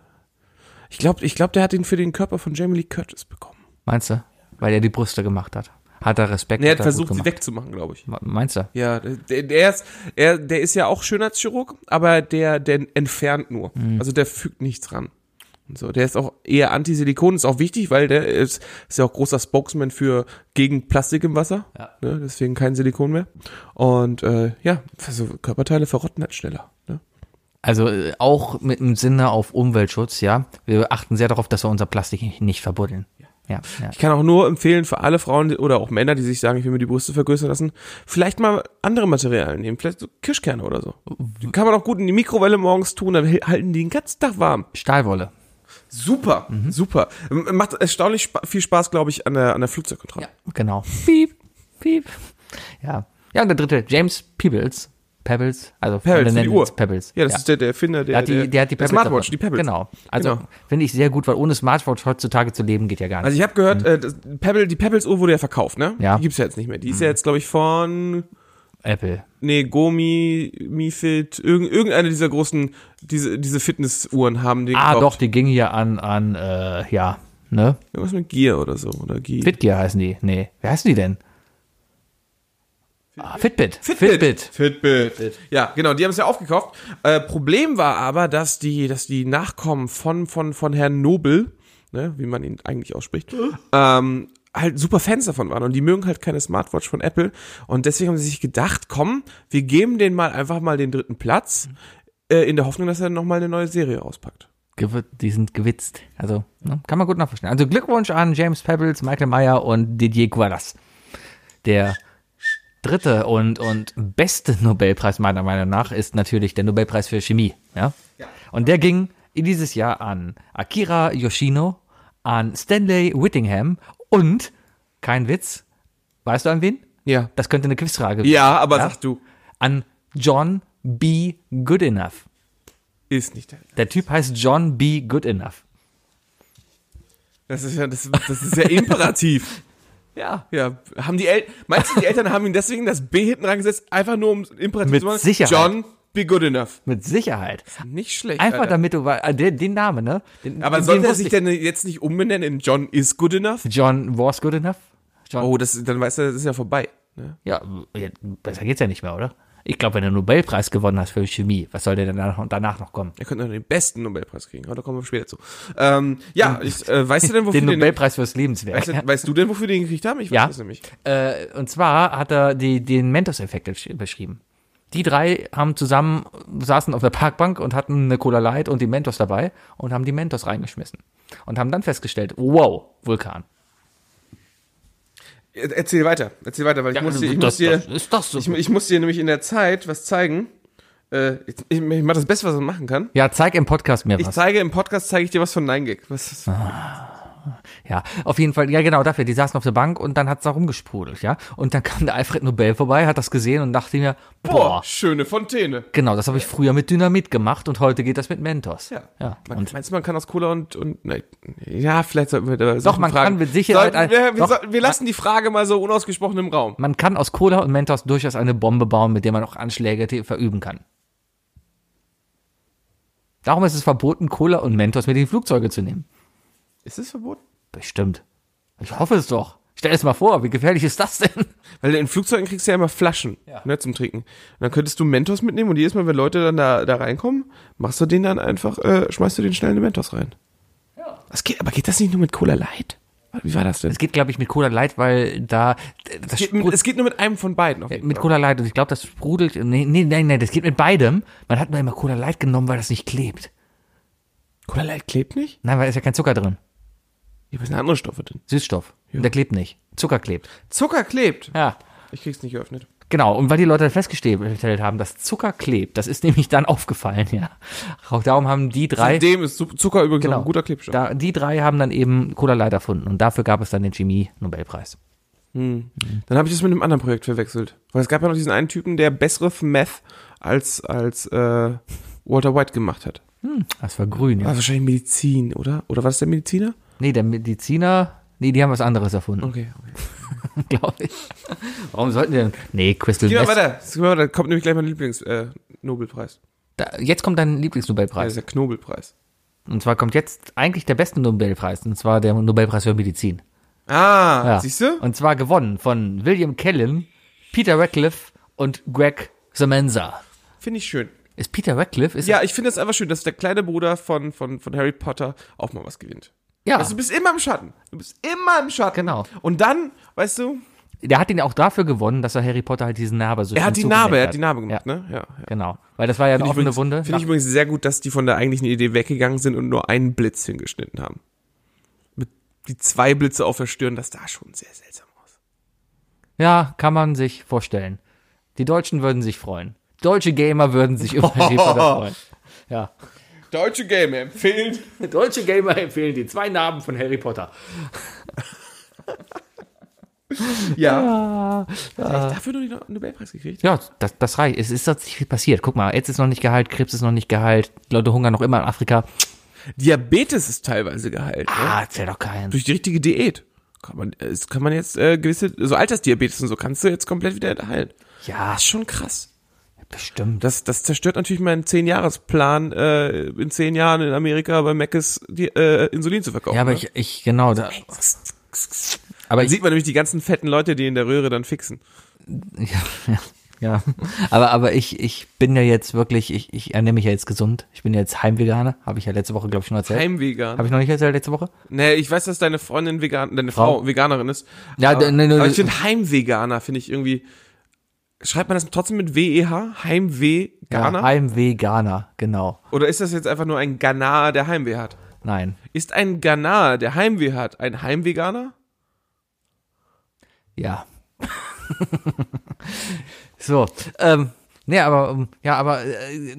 ich glaube, ich glaub, der hat ihn für den Körper von Jamie Lee Curtis bekommen. Meinst du? Weil er die Brüste gemacht hat. Hat er Respekt. Nee, er hat hat gut versucht, sie gemacht. wegzumachen, glaube ich. Meinst du? Ja, der, der, ist, er, der ist ja auch Schönheitschirurg, aber der, der entfernt nur. Mhm. Also der fügt nichts ran. Und so, der ist auch eher Anti-Silikon, ist auch wichtig, weil der ist, ist ja auch großer Spokesman für gegen Plastik im Wasser. Ja. Ne, deswegen kein Silikon mehr. Und äh, ja, also Körperteile verrotten halt schneller. Ne? Also äh, auch mit dem Sinne auf Umweltschutz, ja. Wir achten sehr darauf, dass wir unser Plastik nicht- nicht verbuddeln. Ja, ja. Ich kann auch nur empfehlen für alle Frauen die- oder auch Männer, die sich sagen, ich will mir die Brüste vergrößern lassen, vielleicht mal andere Materialien nehmen, vielleicht so Kirschkerne oder so. Die kann man auch gut in die Mikrowelle morgens tun, dann hel- halten die den ganzen Tag warm. Stahlwolle. Super, Mhm. super. M- Macht erstaunlich spa viel Spaß, glaube ich, an der, an der Flugzeugkontrolle. Genau. Piep, piep. Ja. Ja, und der dritte, James Peebles. Pebbles, also Pebbles, wir die nennen Uhr. es Pebbles. Ja, das ist der, der Erfinder, der, Der hat die, der hat die der Pebbles Smartwatch, erfunden. die Pebbles. Genau. Also Genau. finde ich sehr gut, weil ohne Smartwatch heutzutage zu leben geht ja gar nicht. Also ich habe gehört, äh, das Pebble, die Pebbles-Uhr wurde ja verkauft, ne? Mhm. Ja. Mhm. Die gibt's ja jetzt nicht mehr. Die ist ja jetzt, glaube ich, von Apple. Nee, Gomi, MiFit, irgend, irgendeine dieser großen, diese, diese Fitnessuhren haben den Ah, doch, gekauft. die ging hier an, an, äh, ja, ne? Irgendwas mit Gear oder so. Oder Gear. Fitgear heißen die. Nee, wer heißen die denn? Ah, Fitbit. Fitbit. Fitbit. Ja, genau, die haben es ja aufgekauft. Äh, Problem war aber, dass die, dass die Nachkommen von, von, von Herrn Nobel, ne, wie man ihn eigentlich ausspricht, ähm, halt super Fans davon waren und die mögen halt keine Smartwatch von Apple und deswegen haben sie sich gedacht, komm, wir geben denen mal einfach mal den dritten Platz äh, in der Hoffnung, dass er nochmal eine neue Serie rauspackt. Gewi- Die sind gewitzt. Also, ne? kann man gut nachverstehen. Also Glückwunsch an James Pebbles, Michael Meyer und Didier Guadas. Der dritte und, und beste Nobelpreis meiner Meinung nach ist natürlich der Nobelpreis für Chemie. Ja? Und der ging in dieses Jahr an Akira Yoshino, an Stanley Whittingham und, kein Witz, weißt du an wen? Ja. Das könnte eine Quizfrage Ja, aber Ja? sag du. An John B. Goodenough. Ist nicht der. Der Typ heißt John B. Goodenough. Das ist ja, das, das ist ja imperativ. Ja. Ja, haben die El Meinst du, die Eltern haben ihm deswegen das B hinten rangesetzt, einfach nur um imperativ Mit zu machen? Sicherheit. John, be good enough. Mit Sicherheit. Nicht schlecht. Einfach Alter. damit du wei- ah, den, den Namen, ne? Den, Aber den sollte er wusste sich ich. denn jetzt nicht umbenennen in John is good enough? John was good enough? John, Oh, das, dann weißt du, das ist ja vorbei. Ne? Ja, ja, besser geht's ja nicht mehr, oder? Ich glaube, wenn du einen Nobelpreis gewonnen hast für Chemie, was soll der denn danach, danach noch kommen? Er könnte noch den besten Nobelpreis kriegen, aber da kommen wir später zu. Ähm, ja, ich, äh, weißt du denn, wofür Den den, Nobelpreis fürs Lebenswerk. weißt, du, weißt du denn, wofür wir den gekriegt haben? Ich weiß Ja. es nämlich. Äh, und zwar hat er die, den Mentos-Effekt besch- beschrieben. Die drei haben zusammen, saßen auf einer Parkbank und hatten eine Cola Light und die Mentos dabei und haben die Mentos reingeschmissen. Und haben dann festgestellt, wow, Vulkan. Er- Erzähl weiter, erzähl weiter, weil ich muss dir, ich muss dir, ist das so. ich, mu- ich muss dir nämlich in der Zeit was zeigen. Äh, ich, ich, ich mach das Beste, was man machen kann. ja, zeig im Podcast mir Ich was. zeige im Podcast zeige ich dir was von Nein Gag. Was, Ja, auf jeden Fall, ja genau, dafür. Die saßen auf der Bank und dann hat's da rumgesprudelt, ja. Und dann kam der Alfred Nobel vorbei, hat das gesehen und dachte mir, boah, boah, schöne Fontäne. genau, das habe ich früher mit Dynamit gemacht und heute geht das mit Mentos. Ja. ja. Man, Und meinst du, man kann aus Cola und, und ne, ja, vielleicht sollten wir da man kann mit Sicherheit ein- Sollten, wir, wir, doch. sollten- wir lassen die Frage mal so unausgesprochen im Raum. man kann aus Cola und Mentos durchaus eine Bombe bauen, mit der man auch Anschläge te- verüben kann. Darum ist es verboten, Cola und Mentos mit in die Flugzeuge zu nehmen. Ist das verboten? Bestimmt. Ich hoffe es doch. Stell es mal vor, wie gefährlich ist das denn? Weil in Flugzeugen kriegst du ja immer Flaschen ne, zum Trinken. Und dann könntest du Mentos mitnehmen und jedes Mal, wenn Leute dann da, da reinkommen, machst du den dann einfach, äh, schmeißt du den schnell in den Mentos rein. Ja. Das geht, aber geht das nicht nur mit Cola Light? Wie war das denn? Es geht, glaube ich, mit Cola Light, weil da äh, das geht, mit, sprudelt- es geht nur mit einem von beiden. Auf jeden mit Cola Light und ich glaube, das sprudelt. Nee, nee, nein, nein, das geht mit beidem. Man hat nur immer Cola Light genommen, weil das nicht klebt. Fall. Cola Light klebt nicht? Nein, weil da ist ja kein Zucker drin. Hier sind andere Stoffe drin. Süßstoff. Und der klebt nicht. Zucker klebt. Zucker klebt. Ja. Ich krieg's nicht geöffnet. Genau, und weil die Leute festgestellt haben, dass Zucker klebt, das ist nämlich dann aufgefallen, ja. Auch darum haben die drei, Dem ist Zu- Zucker übrigens auch genau, ein guter Klebstoff. da, die drei haben dann eben Cola Light erfunden und dafür gab es dann den Chemie-Nobelpreis. Hm. Dann habe ich das mit einem anderen Projekt verwechselt. Weil es gab ja noch diesen einen Typen, der bessere für Meth als, als äh, Walter White gemacht hat. Hm, Das war grün, War ja. wahrscheinlich Medizin, oder? Oder war das der Mediziner? Nee, der Mediziner, nee, die haben was anderes erfunden, Okay, okay. glaube ich. Warum sollten die denn? Nee, Crystal Geh mal Meth. weiter. Jetzt gehen wir weiter. Da kommt nämlich gleich mein Lieblings-Nobelpreis. Äh, Nobelpreis. Da, jetzt kommt dein Ja, Lieblingsnobelpreis. ist der Knobelpreis. Und zwar kommt jetzt eigentlich der beste Nobelpreis, und zwar der Nobelpreis für Medizin. Ah, Ja. siehst du? Und zwar gewonnen von William Kellen, Peter Radcliffe und Greg Semenza. Finde ich schön. Ist Peter Radcliffe? Ist Ja, ich finde es einfach schön, dass der kleine Bruder von, von, von Harry Potter auch mal was gewinnt. Ja, Also, du bist immer im Schatten. Du bist immer im Schatten. Genau. Und dann, weißt du, der hat ihn auch dafür gewonnen, dass er Harry Potter halt diesen Narbe so er hat die schön Narbe, er zugenäht hat die Narbe gemacht, ja, ne? Ja, ja. Genau, weil das war ja eine offene Übrigens- Wunde. Finde ich übrigens sehr gut, dass die von der eigentlichen Idee weggegangen sind und nur einen Blitz hingeschnitten haben. Mit die zwei Blitze auf der Stirn, das sah schon sehr seltsam aus. ja, kann man sich vorstellen. Die Deutschen würden sich freuen. Deutsche Gamer würden sich über Harry Potter freuen. Ja. Deutsche Game empfehlen. Deutsche Gamer empfehlen die zwei Narben von Harry Potter. Ah. Ja. Ah. Hat er dafür noch den Nobelpreis gekriegt? Ja, das, das reicht. Es ist sonst nicht viel passiert. Guck mal, AIDS ist noch nicht geheilt, Krebs ist noch nicht geheilt, Leute hungern noch immer in Afrika. Diabetes ist teilweise geheilt. Ne? Ah, erzähl doch keinen. Durch die richtige Diät. Kann man, es kann man jetzt äh, gewisse, so Altersdiabetes und so kannst du jetzt komplett wieder heilen. Ja, Das ist schon krass. bestimmt. Das, das zerstört natürlich meinen 10-Jahres-Plan, äh, in 10 Jahren in Amerika bei Mc's die, äh, Insulin zu verkaufen. Ja, aber ne? ich, ich genau. Da, aber Dann ich, sieht man nämlich die ganzen fetten Leute, die in der Röhre dann fixen. Ja, ja, ja. Aber, aber ich, ich bin ja jetzt wirklich, ich, ich ernähre mich ja jetzt gesund. Ich bin ja jetzt Heimveganer. Habe ich ja letzte Woche, glaube ich, schon erzählt. Heimvegan. Habe ich noch nicht erzählt letzte Woche? Nee, ich weiß, dass deine Freundin vegan, deine Frau, Frau. Veganerin ist. Ja, aber, nee, nee, aber nee. ich finde Heimveganer finde ich irgendwie. Schreibt man das trotzdem mit W-E-H? Heimveganer? Ja, Heimveganer, genau. Oder ist das jetzt einfach nur ein Ghanaer, der Heimweh hat? Nein. Ist ein Ghanaer, der Heimweh hat, ein Heimveganer? Ja. so, ähm, nee, aber, ähm, ja, aber, äh,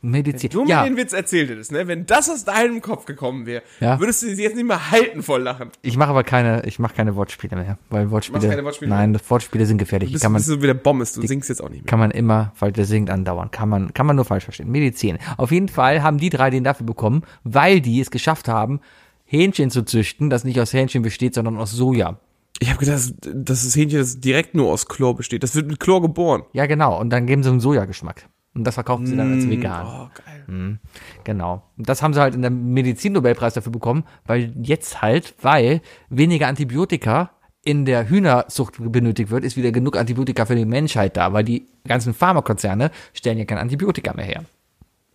Medizin. Du mir ja, den Witz erzählt hättest, ne? Wenn das aus deinem Kopf gekommen wäre, Ja. würdest du sie jetzt nicht mehr halten vor Lachen. ich mache aber keine, ich mache keine Wortspiele mehr, weil Wortspiele, keine Wortspiele nein, das Wortspiele sind gefährlich. Bist, kann man, bist du wieder bombest, du singst jetzt auch nicht mehr. kann man immer, weil der singt andauernd, kann man, kann man nur falsch verstehen. Medizin. Auf jeden Fall haben die drei den dafür bekommen, weil die es geschafft haben, Hähnchen zu züchten, das nicht aus Hähnchen besteht, sondern aus Soja. Ich habe gedacht, dass das Hähnchen das direkt nur aus Chlor besteht. Das wird mit Chlor geboren. Ja, genau. Und dann geben sie einen Sojageschmack. Und das verkaufen sie dann als vegan. Oh, geil. Genau. Und das haben sie halt in der Medizin Nobelpreis dafür bekommen, weil jetzt halt, weil weniger Antibiotika in der Hühnerzucht benötigt wird, ist wieder genug Antibiotika für die Menschheit da, weil die ganzen Pharmakonzerne stellen ja kein Antibiotika mehr her.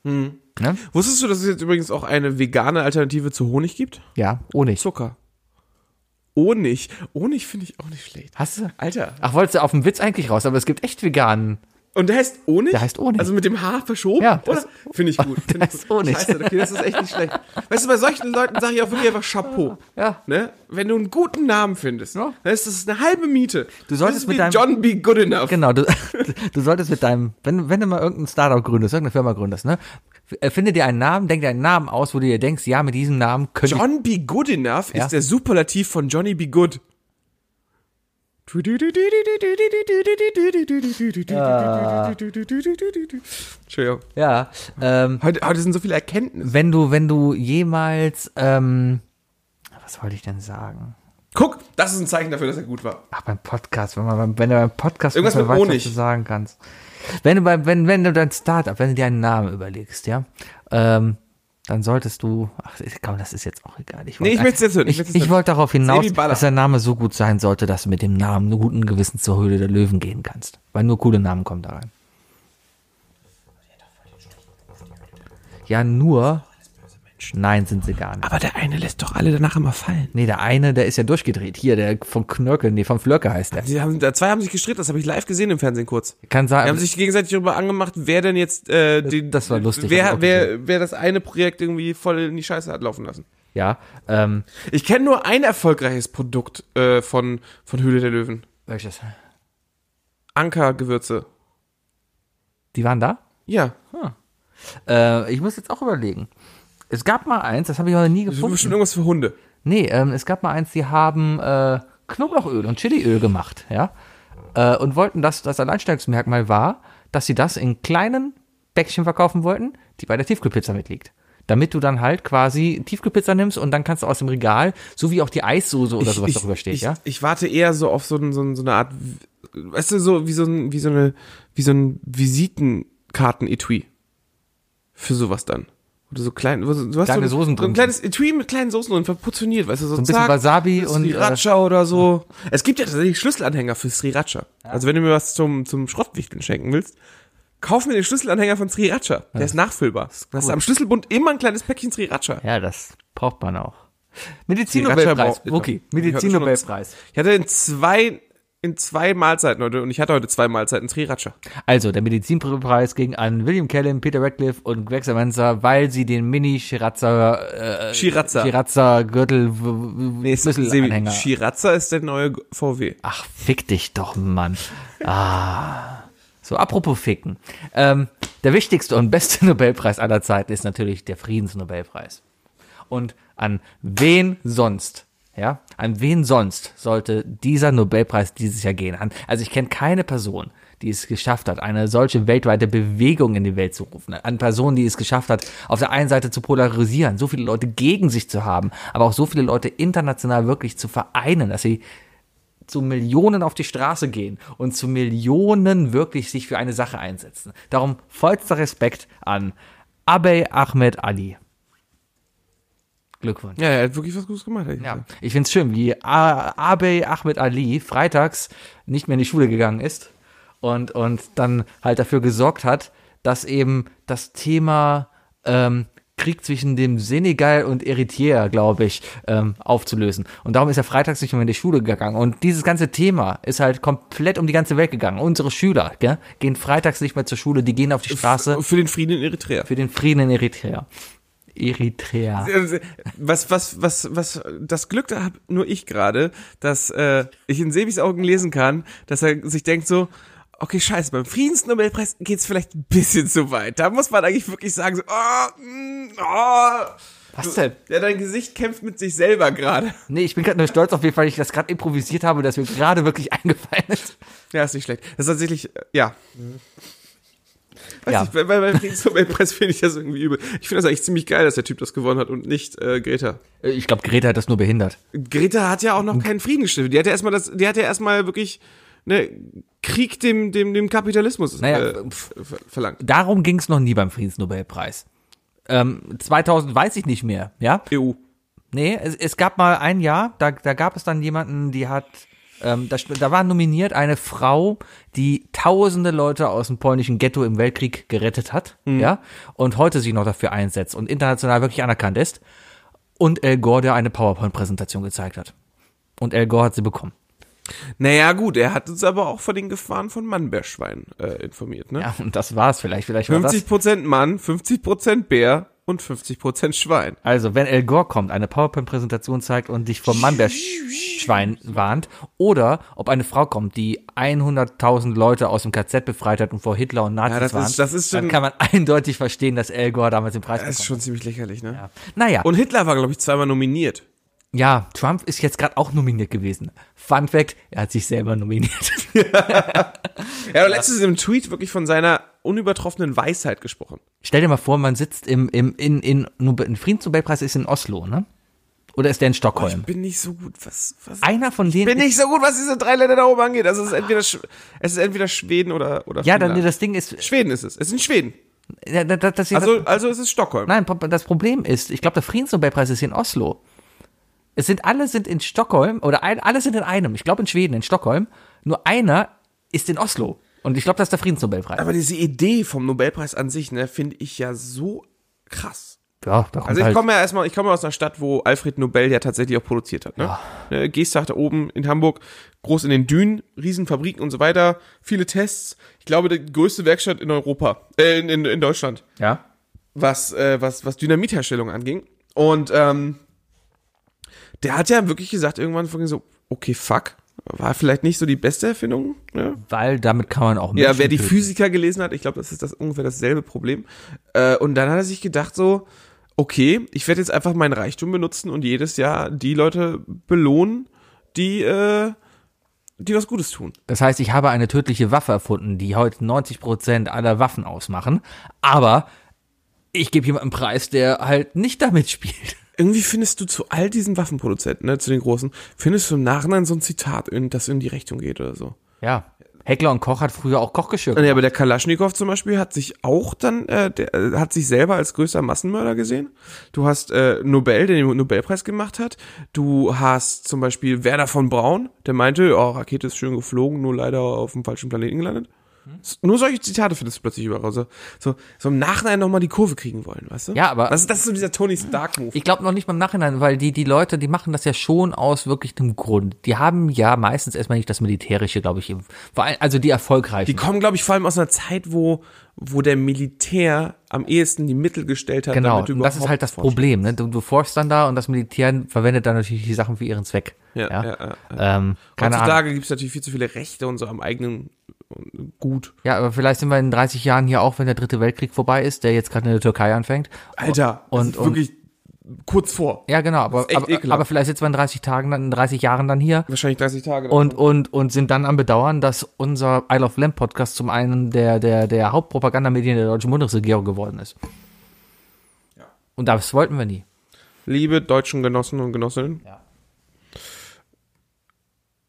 Ne? Wusstest du, dass es jetzt übrigens auch eine vegane Alternative zu Honig gibt? Ja, ohne. Zucker. Honig. Honig finde ich auch nicht schlecht. Hast du? Alter. Ach, wolltest du auf den Witz eigentlich raus, aber es gibt echt veganen. Und der heißt Honig? Der heißt Honig. Also mit dem H verschoben? Ja, der oder? Finde ich gut. der Finde ich heißt gut. Honig. Scheiße, okay, das ist echt nicht schlecht. Weißt du, bei solchen Leuten sage ich auch wirklich einfach Chapeau. Ja. Ne? Wenn du einen guten Namen findest, Ja. dann ist das eine halbe Miete. Du solltest das ist mit wie deinem- John B. Goodenough. Genau, du, du solltest mit deinem, wenn, wenn du mal irgendeinen Startup gründest, irgendeine Firma gründest, ne? Finde dir einen Namen, denk dir einen Namen aus, wo du dir denkst, ja, mit diesem Namen könnte ich. John B. Goodenough Ja. ist der Superlativ von Johnny B. Good. Äh. Entschuldigung. Ja, ähm, Heute, heute sind so viele Erkenntnisse. wenn du, wenn du jemals, ähm, was wollte ich denn sagen? Guck, das ist ein Zeichen dafür, dass er gut war. Ach, beim Podcast, wenn man beim, wenn du beim Podcast Irgendwas manchmal mit weißt, was Honig. du sagen kannst. Wenn du beim, wenn, wenn du dein Startup, wenn du dir einen Namen überlegst, ja, ähm, dann solltest du, ach komm, das ist jetzt auch egal. Ich wollte Nee, ich möchte es jetzt hören, ich Ich, möchte es ich hören. wollte darauf hinaus, Sebi Baller. dass dein Name so gut sein sollte, dass du mit dem Namen einen guten Gewissen zur Höhle der Löwen gehen kannst. Weil nur coole Namen kommen da rein. Ja, nur. Nein, sind sie gar nicht. Aber der eine lässt doch alle danach immer fallen. Nee, der eine, der ist ja durchgedreht. Hier, der von Knörkel, nee, von Flörke heißt der. Die haben, da zwei haben sich gestritten, das habe ich live gesehen im Fernsehen kurz. Kann Die haben sein, sich gegenseitig darüber angemacht, wer denn jetzt äh, die, Das war lustig, hab ich auch Wer, wer, wer das eine Projekt irgendwie voll in die Scheiße hat laufen lassen. ja. Ähm, Ich kenne nur ein erfolgreiches Produkt äh, von, von Höhle der Löwen. welches? Ankergewürze. Die waren da? Ja. Äh, ich muss jetzt auch überlegen. Es gab mal eins, das habe ich noch nie Das ist bestimmt gefunden. irgendwas für Hunde. Nee, ähm, es gab mal eins, die haben äh, Knoblauchöl und Chiliöl gemacht, ja. Äh, und wollten, dass das Alleinstellungsmerkmal war, dass sie das in kleinen Bäckchen verkaufen wollten, die bei der Tiefkühlpizza mitliegt. Damit du dann halt quasi Tiefkühlpizza nimmst und dann kannst du aus dem Regal, so wie auch die Eissoße oder sowas darüber steht, ich, ja? Ich warte eher so auf so, ein, so, ein, so eine Art, weißt du, so wie so, ein, wie so eine, wie so ein Visitenkarten-Etui. Für sowas dann. Oder so klein, was, du hast Kleine so, Soßen so ein drin kleines Etui mit kleinen Soßen drin, verportioniert, weißt du, so, ein bisschen Wasabi und, äh, Sriracha oder so. Es gibt ja tatsächlich Schlüsselanhänger für Sriracha. Also wenn du mir was zum, zum Schrottwichteln schenken willst, kauf mir den Schlüsselanhänger von Sriracha. Der ist nachfüllbar. Du hast am Schlüsselbund immer ein kleines Päckchen Sriracha. Ja, das braucht man auch. Sriracha Medizinnobelpreis, braucht- okay. Ich hörte schon- Medizinnobelpreis. Ich hatte in zwei, in zwei Mahlzeiten heute, und ich hatte heute zwei Mahlzeiten Sriracha. Also, der Medizinpreis ging an William Callum, Peter Radcliffe und Greg Samantha, weil sie den mini shirazza äh, Schirazza. shirazza gürtel Schlüsselanhänger. Sriracha ist der neue VW. Ach, fick dich doch, Mann. Ah. So, apropos ficken. Ähm, der wichtigste und beste Nobelpreis aller Zeiten ist natürlich der Friedensnobelpreis. Und an wen sonst, ja, an wen sonst sollte dieser Nobelpreis dieses Jahr gehen? An, also ich kenne keine Person, die es geschafft hat, eine solche weltweite Bewegung in die Welt zu rufen. An Personen, die es geschafft hat, auf der einen Seite zu polarisieren, so viele Leute gegen sich zu haben, aber auch so viele Leute international wirklich zu vereinen, dass sie zu Millionen auf die Straße gehen und zu Millionen wirklich sich für eine Sache einsetzen. Darum vollster Respekt an Abey Ahmed Ali. Glückwunsch. Ja, er hat wirklich was Gutes gemacht. hätte ich Ja, gesagt. ich find's schön, wie A- Abey Ahmed Ali freitags nicht mehr in die Schule gegangen ist und, und dann halt dafür gesorgt hat, dass eben das Thema ähm, Krieg zwischen dem Senegal und Eritrea, glaube ich, ähm, aufzulösen. Und darum ist er freitags nicht mehr in die Schule gegangen. Und dieses ganze Thema ist halt komplett um die ganze Welt gegangen. Unsere Schüler gell, gehen freitags nicht mehr zur Schule, die gehen auf die Straße Für den Frieden in Eritrea. für den Frieden in Eritrea. Eritrea. Äh, Was, was, was, was, das Glück da hab nur ich gerade, dass äh, ich in Sebis Augen lesen kann, dass er sich denkt so, okay, scheiße, beim Friedensnobelpreis geht's vielleicht ein bisschen zu weit. Da muss man eigentlich wirklich sagen so, oh, mm, oh. Was denn? Ja, dein Gesicht kämpft mit sich selber gerade. Nee, ich bin gerade nur stolz auf mich, weil ich das gerade improvisiert habe, dass mir gerade wirklich eingefallen ist. Ja, ist nicht schlecht. Das ist tatsächlich, äh, ja. Weiß Ja. nicht, bei, bei, beim Friedensnobelpreis finde ich das irgendwie übel. Ich finde das eigentlich ziemlich geil, dass der Typ das gewonnen hat und nicht äh, Greta. Äh, Ich glaube, Greta hat das nur behindert. Greta hat ja auch noch keinen Frieden gestiftet. Die hat ja erstmal das, die hat ja erstmal wirklich ne, Krieg dem, dem, dem Kapitalismus Naja, äh, pf. ver- verlangt. Darum ging es noch nie beim Friedensnobelpreis. Ähm, 2000 weiß ich nicht mehr, ja? EU. Nee, es, es gab mal ein Jahr, da, da gab es dann jemanden, die hat Ähm, da, st- da war nominiert eine Frau, die tausende Leute aus dem polnischen Ghetto im Weltkrieg gerettet hat, ja, und heute sich noch dafür einsetzt und international wirklich anerkannt ist. Und El Gore, der eine PowerPoint-Präsentation gezeigt hat. Und El Gore hat sie bekommen. Naja, gut, er hat uns aber auch von den Gefahren von Mannbärschwein äh, informiert, ne? Ja, und das war's vielleicht. Vielleicht war das. 50% Mann, 50% Bär und 50% Schwein. Also, wenn El Gore kommt, eine PowerPoint-Präsentation zeigt und dich vom Mannbärschwein warnt, oder ob eine Frau kommt, die 100.000 Leute aus dem KZ befreit hat und vor Hitler und Nazis Ja, das ist- warnt, das ist dann schon- kann man eindeutig verstehen, dass El Gore damals den Preis Das ist bekommen schon ziemlich lächerlich, ne? hat. Naja, Und Hitler war, glaube ich, zweimal nominiert. ja, Trump ist jetzt gerade auch nominiert gewesen. Fun Fact, er hat sich selber nominiert. Er hat letztens im Tweet wirklich von seiner unübertroffenen Weisheit gesprochen. Stell dir mal vor, man sitzt im, im in, in, Nobel- ein Friedensnobelpreis ist in Oslo, ne? Oder ist der in Stockholm? Bin nicht so gut, was, was Einer von denen bin nicht so gut, was diese drei Länder da oben angeht. Also es ist entweder, Sch- es ist entweder Schweden oder, oder Ja, dann, Finnland. das Ding ist, Schweden ist es. Es ist in Schweden. ja, da- da- das, Also, also es ist Stockholm. Nein, Pop- das Problem ist, ich glaube, der Friedensnobelpreis ist hier in Oslo. Es sind alle sind in Stockholm oder ein, alle sind in einem. Ich glaube in Schweden, in Stockholm. Nur einer ist in Oslo. Und ich glaube, das ist der Friedensnobelpreis. Aber diese Idee vom Nobelpreis an sich, ne, finde ich ja so krass. ja, da kommt Also ich halt- komme ja erstmal, ich komme aus einer Stadt, wo Alfred Nobel ja tatsächlich auch produziert hat. Ne? Ne, Geestag da oben in Hamburg, groß in den Dünen, Riesenfabriken und so weiter, viele Tests. Ich glaube, die größte Werkstatt in Europa, äh, in, in, in Deutschland. Ja. was, äh, was, was Dynamitherstellung anging. Und ähm, der hat ja wirklich gesagt, irgendwann von so, okay, fuck, war vielleicht nicht so die beste Erfindung. Ne? Weil damit kann man auch Ja, Menschen wer die töten. Physiker gelesen hat, ich glaube, das ist das ungefähr dasselbe Problem. Äh, und dann hat er sich gedacht so, okay, ich werde jetzt einfach meinen Reichtum benutzen und jedes Jahr die Leute belohnen, die, äh, die was Gutes tun. Das heißt, ich habe eine tödliche Waffe erfunden, die heute 90% aller Waffen ausmachen. Aber ich gebe jemandem einen Preis, der halt nicht damit spielt. Irgendwie findest du zu all diesen Waffenproduzenten, ne, zu den großen, findest du im Nachhinein so ein Zitat, in, das in die Richtung geht oder so. Ja. Heckler und Koch hat früher auch Kochgeschirr Ah, Nee, aber der Kalaschnikow zum Beispiel hat sich auch dann, äh, der, äh, hat sich selber als größter Massenmörder gesehen. Du hast äh, Nobel, der den Nobelpreis gemacht hat. Du hast zum Beispiel Werner von Braun, der meinte, oh, Rakete ist schön geflogen, nur leider auf dem falschen Planeten gelandet. Hm? S- Nur solche Zitate findest du plötzlich überall. So, so, so im Nachhinein nochmal die Kurve kriegen wollen, weißt du? Ja, aber- Das, ist- das ist so dieser Tony Stark-Move. Ich glaube noch nicht mal im Nachhinein, weil die, die Leute, die machen das ja schon aus wirklich einem Grund. Die haben ja meistens erstmal nicht das Militärische, glaube ich, im, vor allem, also die Die erfolgreichen. kommen, glaube ich, vor allem aus einer Zeit, wo, wo der Militär am ehesten die Mittel gestellt hat, genau, damit du und das ist überhaupt halt das forschst. Problem. Ne? Du, du forschst dann da und das Militär verwendet dann natürlich die Sachen für ihren Zweck. Ja, ja, ja, Ähm, keine Ahnung. Heutzutage gibt es natürlich viel zu viele Rechte und so am eigenen äh, Gut. Ja, aber vielleicht sind wir in 30 Jahren hier auch, wenn der dritte Weltkrieg vorbei ist, der jetzt gerade in der Türkei anfängt. Alter, das Und- ist und- wirklich kurz vor. Ja, genau, aber, ist echt aber, ekelhaft. aber vielleicht sitzen wir in 30 Tagen, dann, in 30 Jahren dann hier Wahrscheinlich 30 Tage. und, und, und sind dann am Bedauern, dass unser Isle of Lamp Podcast zum einen der, der, der Hauptpropagandamedien der deutschen Bundesregierung geworden ist. Und das wollten wir nie. Liebe deutschen Genossen und Genossinnen,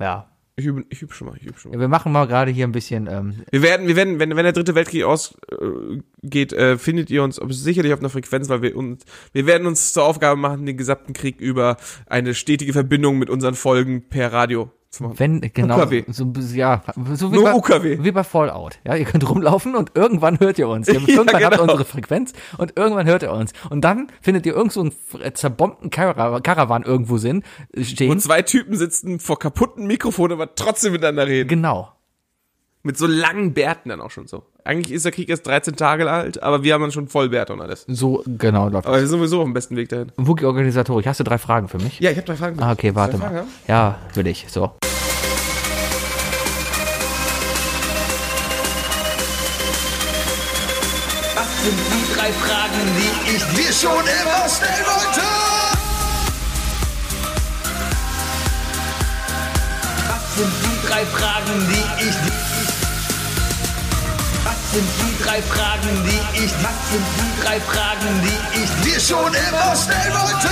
Ja. ich übe, ich übe schon mal, ich übe schon mal. ja wir machen mal gerade hier ein bisschen, ähm, Wir werden, wir werden, wenn, wenn der dritte Weltkrieg ausgeht, äh, findet ihr uns ob, sicherlich auf einer Frequenz, weil wir uns, wir werden uns zur Aufgabe machen, den gesamten Krieg über eine stetige Verbindung mit unseren Folgen per Radio zu machen. wenn, genau, UKW. so, ja, so wie, Nur bei, UKW. wie bei Fallout. Ja, ihr könnt rumlaufen und irgendwann hört ihr uns. Ihr, Ja, irgendwann habt ihr genau. unsere Frequenz und irgendwann hört ihr uns. Und dann findet ihr irgend so einen äh, zerbombten Kara- Karawan irgendwo sind, stehen. Und zwei Typen sitzen vor kaputten Mikrofonen, aber trotzdem miteinander reden. genau. Mit so langen Bärten dann auch schon so. Eigentlich ist der Krieg erst 13 Tage alt, aber wir haben dann schon Vollbärte und alles. So, genau, läuft. Aber wir sind sowieso auf dem besten Weg dahin. Wookie-Organisatorik, hast du drei Fragen für mich? Ja, ich habe drei Fragen. Ah, okay, warte Fragen mal. haben? Ja, will ich. So. Das sind die drei Fragen, die ich dir schon immer stellen wollte. Was sind die drei Fragen, die ich dir... Was sind die drei Fragen, die ich... Was sind die drei Fragen, die ich dir schon immer stellen wollte?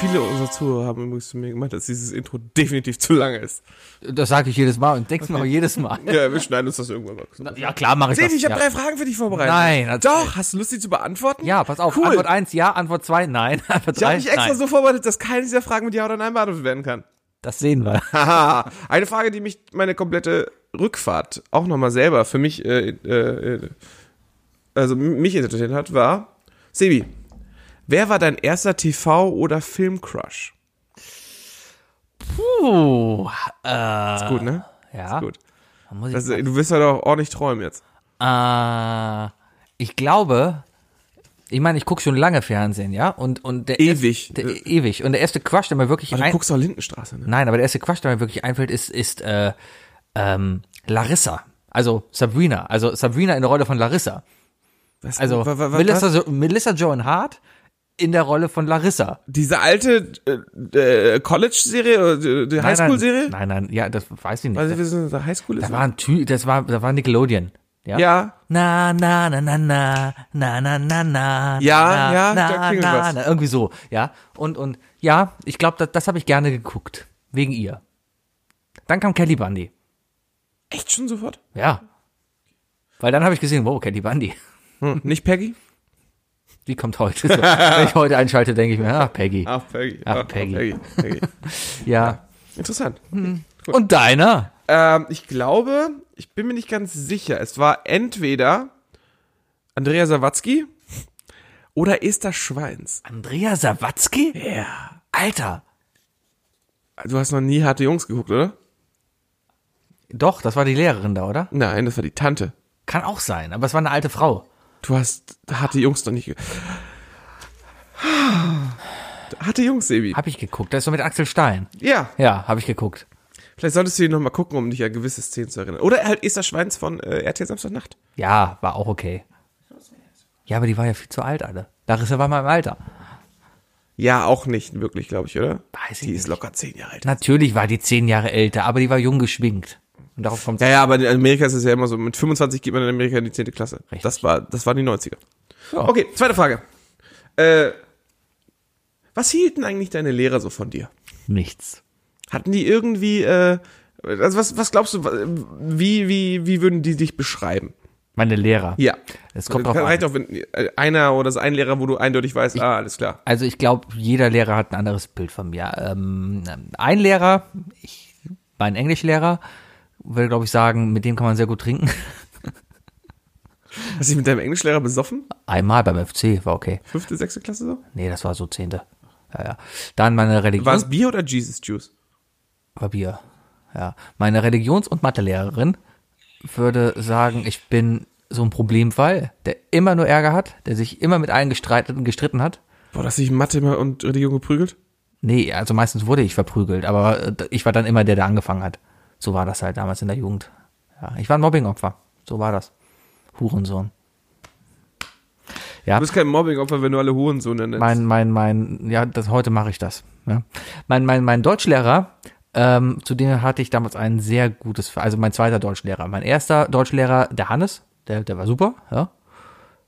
Viele unserer Zuhörer haben übrigens zu mir gemeint, dass dieses Intro definitiv zu lange ist. Das sage ich jedes Mal und denkst mir auch jedes Mal. Ja, wir schneiden uns das irgendwann mal. So. Ja, klar mache ich Sebi, das. ich habe ja. drei Fragen für dich vorbereitet. Nein, erzähl. Doch, hast du Lust, die zu beantworten? ja, pass auf. Cool. Antwort 1, ja. Antwort 2, nein. Antwort ich habe 3, mich extra nein. so vorbereitet, dass keine dieser Fragen mit Ja oder Nein beantwortet werden kann. Das sehen wir. Haha. Ah, Eine Frage, die mich meine komplette Rückfahrt auch nochmal selber für mich, äh, äh, äh, also m- mich interessiert hat, war, Sebi, wer war dein erster TV- oder Filmcrush? Puh. Äh, Ist gut, ne? ja. Gut. Da muss ich, Das, du wirst ja doch ordentlich träumen jetzt. äh, ich glaube, ich meine, ich gucke schon lange Fernsehen, ja? Und, und der Ewig. Erste, der, e-, ewig. Also Und der erste Crush, der mir wirklich Aber du ein- guckst doch Lindenstraße, ne? Nein, aber der erste Quatsch, der mir wirklich einfällt, ist, ist äh, ähm, Larissa. Also Sabrina. Also Sabrina in der Rolle von Larissa. Was, Also wa- wa- wa- Melissa, Jo- Melissa Joan Hart in der Rolle von Larissa. Diese alte äh, äh, College-Serie, oder, äh, die Nein, Highschool-Serie? Nein, nein, nein, ja, das weiß ich nicht. Also, Das, wir sind in der Highschool ist. war ein Ty das war, das war Nickelodeon. Ja. Ja, Na, na, na, na, na, na, na, na, na. Ja, na, ja, na, da klingelt na, was. Na, irgendwie so, ja. Und, und, ja, ich glaube, das, das habe ich gerne geguckt. Wegen ihr. Dann kam Kelly Bundy. echt schon sofort? Ja. Weil dann habe ich gesehen, wow, Kelly Bundy, Hm. Nicht Peggy? die kommt heute. So, wenn ich heute einschalte, denke ich mir, ach, Peggy. Ach, Peggy. Ach, Peggy. Peggy. Peggy. Ja. Interessant. Und deiner? Ähm, ich glaube, ich bin mir nicht ganz sicher. Es war entweder Andrea Sawatzki oder Esther Schweins. Andrea Sawatzki? Ja. Alter. Du hast noch nie harte Jungs geguckt, oder? Doch, das war die Lehrerin da, oder? Nein, das war die Tante. Kann auch sein, aber es war eine alte Frau. Du hast harte Jungs noch nicht ge Harte Jungs, Sebi. Hab ich geguckt. Das ist doch mit Axel Stein. Ja, Ja, habe ich geguckt. vielleicht solltest du ihn nochmal gucken, um dich an gewisse Szenen zu erinnern. Oder halt Esther Schweins von äh, RTL Samstagnacht. Ja, war auch okay. Ja, aber die war ja viel zu alt, Alter. Larissa war mal im Alter. Ja, auch nicht wirklich, glaube ich, oder? Weiß ich die ist nicht. locker zehn Jahre alt. Natürlich war die zehn Jahre älter, aber die war jung geschwingt. Und darauf kommt Ja, ja, aber in Amerika ist es ja immer so, mit 25 geht man in Amerika in die 10. Klasse. Richtig. Das war, das waren die 90er. Ja. Okay, zweite Frage. Äh, was hielten eigentlich deine Lehrer so von dir? nichts. Hatten die irgendwie, äh, also was, was glaubst du, wa- wie, wie, wie würden die dich beschreiben? Meine Lehrer. Ja. Es kommt drauf an. Reicht auch, wenn äh, einer oder so ein Lehrer, wo du eindeutig weißt, ah, alles klar. Also ich glaube, jeder Lehrer hat ein anderes Bild von mir. Ähm, ein Lehrer, ich, mein Englischlehrer, würde glaube ich sagen, mit dem kann man sehr gut trinken. Hast du dich mit deinem Englischlehrer besoffen? Einmal beim FC, war okay. Fünfte, sechste Klasse so? Nee, das war so zehnte. Ja, ja. Dann meine Religion. War es Bier oder Jesus Juice? War Bier. Ja. Meine Religions- und Mathelehrerin würde sagen, ich bin so ein Problemfall, der immer nur Ärger hat, der sich immer mit allen gestritten, gestritten hat. Boah, dass sich Mathe immer und Religion geprügelt? Nee, also meistens wurde ich verprügelt, aber äh, ich war dann immer der, der angefangen hat. So war das halt damals in der Jugend. Ja, ich war ein Mobbingopfer. So war das. Hurensohn. Ja, Du bist kein Mobbing-Opfer, wenn du alle Hurensohne nennst. mein, mein, mein, ja, das, heute mache ich das. Ja. Mein, mein, mein Deutschlehrer, ähm, zu dem hatte ich damals ein sehr gutes, Ver- also mein zweiter Deutschlehrer. Mein erster Deutschlehrer, der Hannes, der, der war super, ja.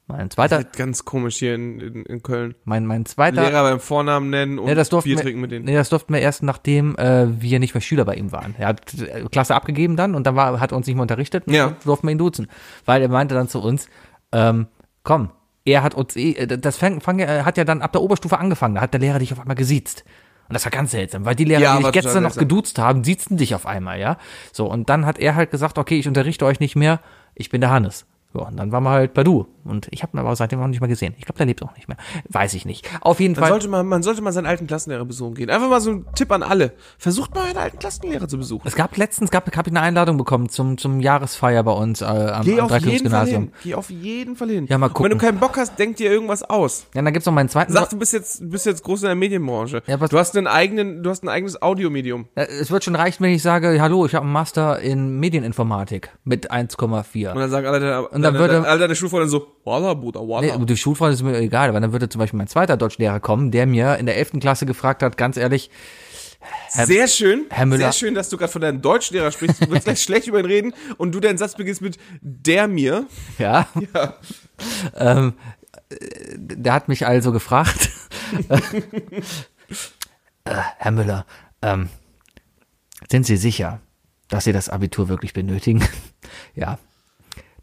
Mein zweiter, Äh, Ganz komisch hier in, in, in Köln. mein, mein zweiter. Lehrer beim Vornamen nennen und Ja, Ne, das durften Bier wir, trinken mit denen. Nee, das durften wir erst, nachdem äh, wir nicht mehr Schüler bei ihm waren. Er hat äh, Klasse abgegeben dann und dann war, hat er uns nicht mehr unterrichtet und Ja. dann durften wir ihn duzen. Weil er meinte dann zu uns, ähm, komm, er hat uns eh, äh, das fang, fang, äh, hat ja dann ab der Oberstufe angefangen, da hat der Lehrer dich auf einmal gesiezt. Und das war ganz seltsam, weil die Lehrer, Ja, die dich war gestern total noch seltsam. geduzt haben, siezten dich auf einmal, ja. So, und dann hat er halt gesagt, okay, ich unterrichte euch nicht mehr, ich bin der Hannes. Ja, und dann waren wir halt bei du. Und ich habe ihn aber seitdem auch nicht mehr gesehen. Ich glaube, der lebt auch nicht mehr. Weiß ich nicht. Auf jeden Man Fall. sollte, mal, man sollte mal seinen alten Klassenlehrer besuchen gehen. Einfach mal so ein Tipp an alle. Versucht mal euren alten Klassenlehrer zu besuchen. Es gab letztens gab, hab ich eine Einladung bekommen zum, zum Jahresfeier bei uns äh, am, am Fall Dreikönigungsgymnasium. hin. Geh auf jeden Fall hin. Ja, mal Und Wenn gucken. du keinen Bock hast, denk dir irgendwas aus. Ja, dann gibt's noch meinen zweiten. Sag, du bist jetzt, du bist jetzt groß in der Medienbranche. Ja, was- du hast einen eigenen, du hast ein eigenes Audiomedium. Äh, es wird schon reichen, wenn ich sage, hallo, ich habe einen Master in Medieninformatik mit Und 1,4. dann sagen alle deine, dann deine, würde- deine, alle deine Schulfreunde so, walla, Bruder, Nee, walla. die Schulfreunde ist mir egal, weil dann würde zum Beispiel mein zweiter Deutschlehrer kommen, der mir in der 11. Klasse gefragt hat, ganz ehrlich, sehr schön, Herr Müller. sehr schön, dass du gerade von deinem Deutschlehrer sprichst. Du wirst gleich schlecht über ihn reden und du deinen Satz beginnst mit, der mir. ja, ähm, äh, der hat mich also gefragt, äh, Herr Müller, ähm, sind Sie sicher, dass Sie das Abitur wirklich benötigen? ja.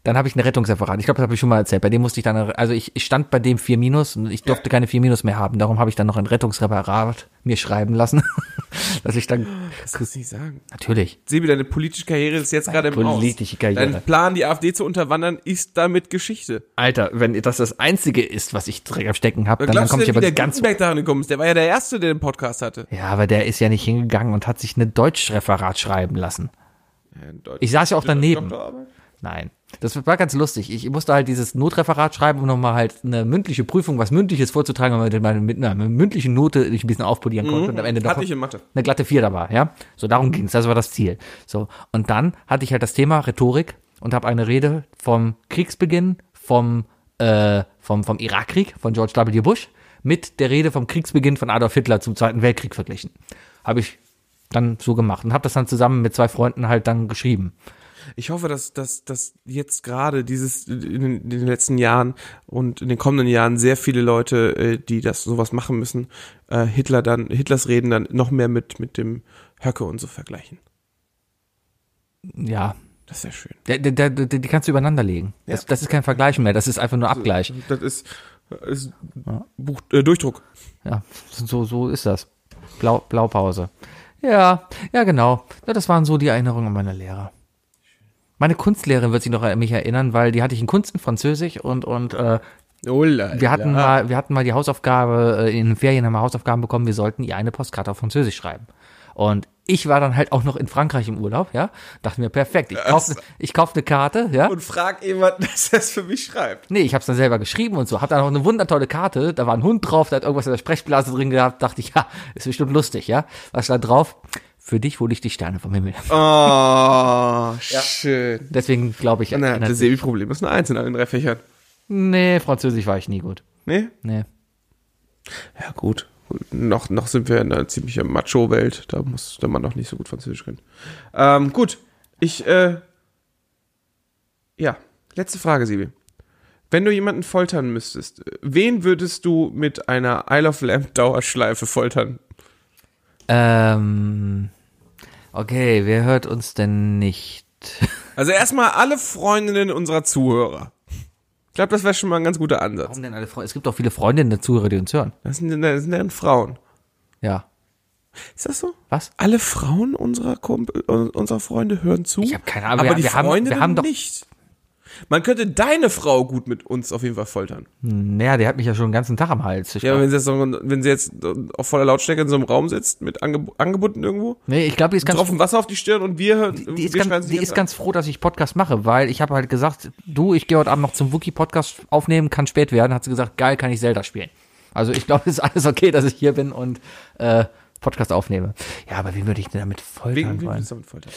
Dann habe ich eine Rettungsreferat. Ich glaube, das habe ich schon mal erzählt. Bei dem musste ich dann, also ich, ich stand bei dem 4 Minus und ich durfte keine 4 Minus mehr haben. Darum habe ich dann noch ein Rettungsreferat mir schreiben lassen, dass ich dann, Das kannst du nicht sagen. natürlich, Sebi, deine politische Karriere ist jetzt gerade im politische Aus. Karriere. Dein Plan, die AfD zu unterwandern, ist damit Geschichte. Alter, wenn das das Einzige ist, was ich direkt am Stecken habe, dann, dann kommt du ich denn, aber wie der ganz Gutenberg daran gekommen ist? Der war ja der Erste, der den Podcast hatte. Ja, aber der ist ja nicht hingegangen und hat sich eine Deutschreferat schreiben lassen. Ich saß ja auch daneben. Nein. Das war ganz lustig. Ich musste halt dieses Notreferat schreiben, um nochmal halt eine mündliche Prüfung, was mündliches vorzutragen, damit meine mit einer mündlichen Note ich ein bisschen aufpolieren konnte und am Ende doch Mhm. Hatte ich in Mathe. eine glatte Vier da war, ja. So, darum ging's, das war das Ziel. So, und dann hatte ich halt das Thema Rhetorik und habe eine Rede vom Kriegsbeginn, vom, äh, vom, vom Irakkrieg von George W. Bush mit der Rede vom Kriegsbeginn von Adolf Hitler zum Zweiten Weltkrieg verglichen. Habe ich dann so gemacht und habe das dann zusammen mit zwei Freunden halt dann geschrieben. Ich hoffe, dass, dass, dass jetzt gerade dieses in den, in den letzten Jahren und in den kommenden Jahren sehr viele Leute, äh, die das sowas machen müssen, äh, Hitler dann, Hitlers Reden dann noch mehr mit, mit dem Höcke und so vergleichen. Ja, Das ist ja schön. der, der, der, der, die kannst du übereinander legen. Das, das ist kein Vergleich mehr, das ist einfach nur Abgleich. Das ist, ist Buch, äh, Durchdruck. Ja, so, so ist das. Blau, Blaupause. Ja, ja, genau. Ja, das waren so die Erinnerungen an meine Lehrer. Meine Kunstlehrerin wird sich noch an mich erinnern, weil die hatte ich in Kunst und Französisch und, und äh, Oh, la, wir, hatten mal, wir hatten mal die Hausaufgabe, äh, in den Ferien haben wir Hausaufgaben bekommen, wir sollten ihr eine Postkarte auf Französisch schreiben. Und ich war dann halt auch noch in Frankreich im Urlaub, ja. Dachte mir, perfekt, ich Äh, kaufe ich kauf eine Karte, ja. Und frag jemanden, dass er es für mich schreibt. Nee, ich hab's dann selber geschrieben und so. Hab dann auch eine wundertolle Karte. Da war ein Hund drauf, der hat irgendwas in der Sprechblase drin gehabt. Dachte ich, ja, ist bestimmt lustig, ja. Was stand drauf? Für dich hole ich die Sterne vom Himmel. Oh, schön. Deswegen glaube ich, Na, erinnert das sich- Sebi-Problem ist eine Eins in allen drei Fächern. nee, Französisch war ich nie gut. Nee? Nee. Ja, gut. Noch, noch sind wir in einer ziemlich Macho-Welt. Da muss der Mann noch nicht so gut Französisch können. Ähm, gut. Ich, äh, ja. Letzte Frage, Sibi. Wenn du jemanden foltern müsstest, wen würdest du mit einer Isle of Lamp Dauerschleife foltern? Ähm, okay, wer hört uns denn nicht? Also erstmal alle Freundinnen unserer Zuhörer. Ich glaube, das wäre schon mal ein ganz guter Ansatz. Warum denn alle Freunde? Es gibt auch viele Freundinnen der Zuhörer, die uns hören. Das sind, das sind deren Frauen. Ja. Ist das so? Was? Alle Frauen unserer, Kumpel, unserer Freunde hören zu. Ich hab keine Ahnung, Aber wir- die wir haben- wir Freundinnen haben doch- nicht. Man könnte deine Frau gut mit uns auf jeden Fall foltern. Naja, der hat mich ja schon den ganzen Tag am Hals. Ich Ja, aber glaub, wenn sie jetzt, so, wenn sie jetzt äh, auf voller Lautstärke in so einem Raum sitzt, mit ange, angebunden irgendwo, nee, ich glaube, die ist ganz tropfen Wasser auf die Stirn und wir hören. die ist, wir schreien ganz, sie die ist ganz froh, dass ich Podcast mache, weil ich habe halt gesagt, du, ich gehe heute Abend noch zum Wookie-Podcast aufnehmen, kann spät werden. Hat sie gesagt, geil, kann ich Zelda spielen. Also ich glaube, es ist alles okay, dass ich hier bin und äh, Podcast aufnehme. Ja, aber wie würde ich denn damit foltern Wegen, wie wollen? willst du damit foltern?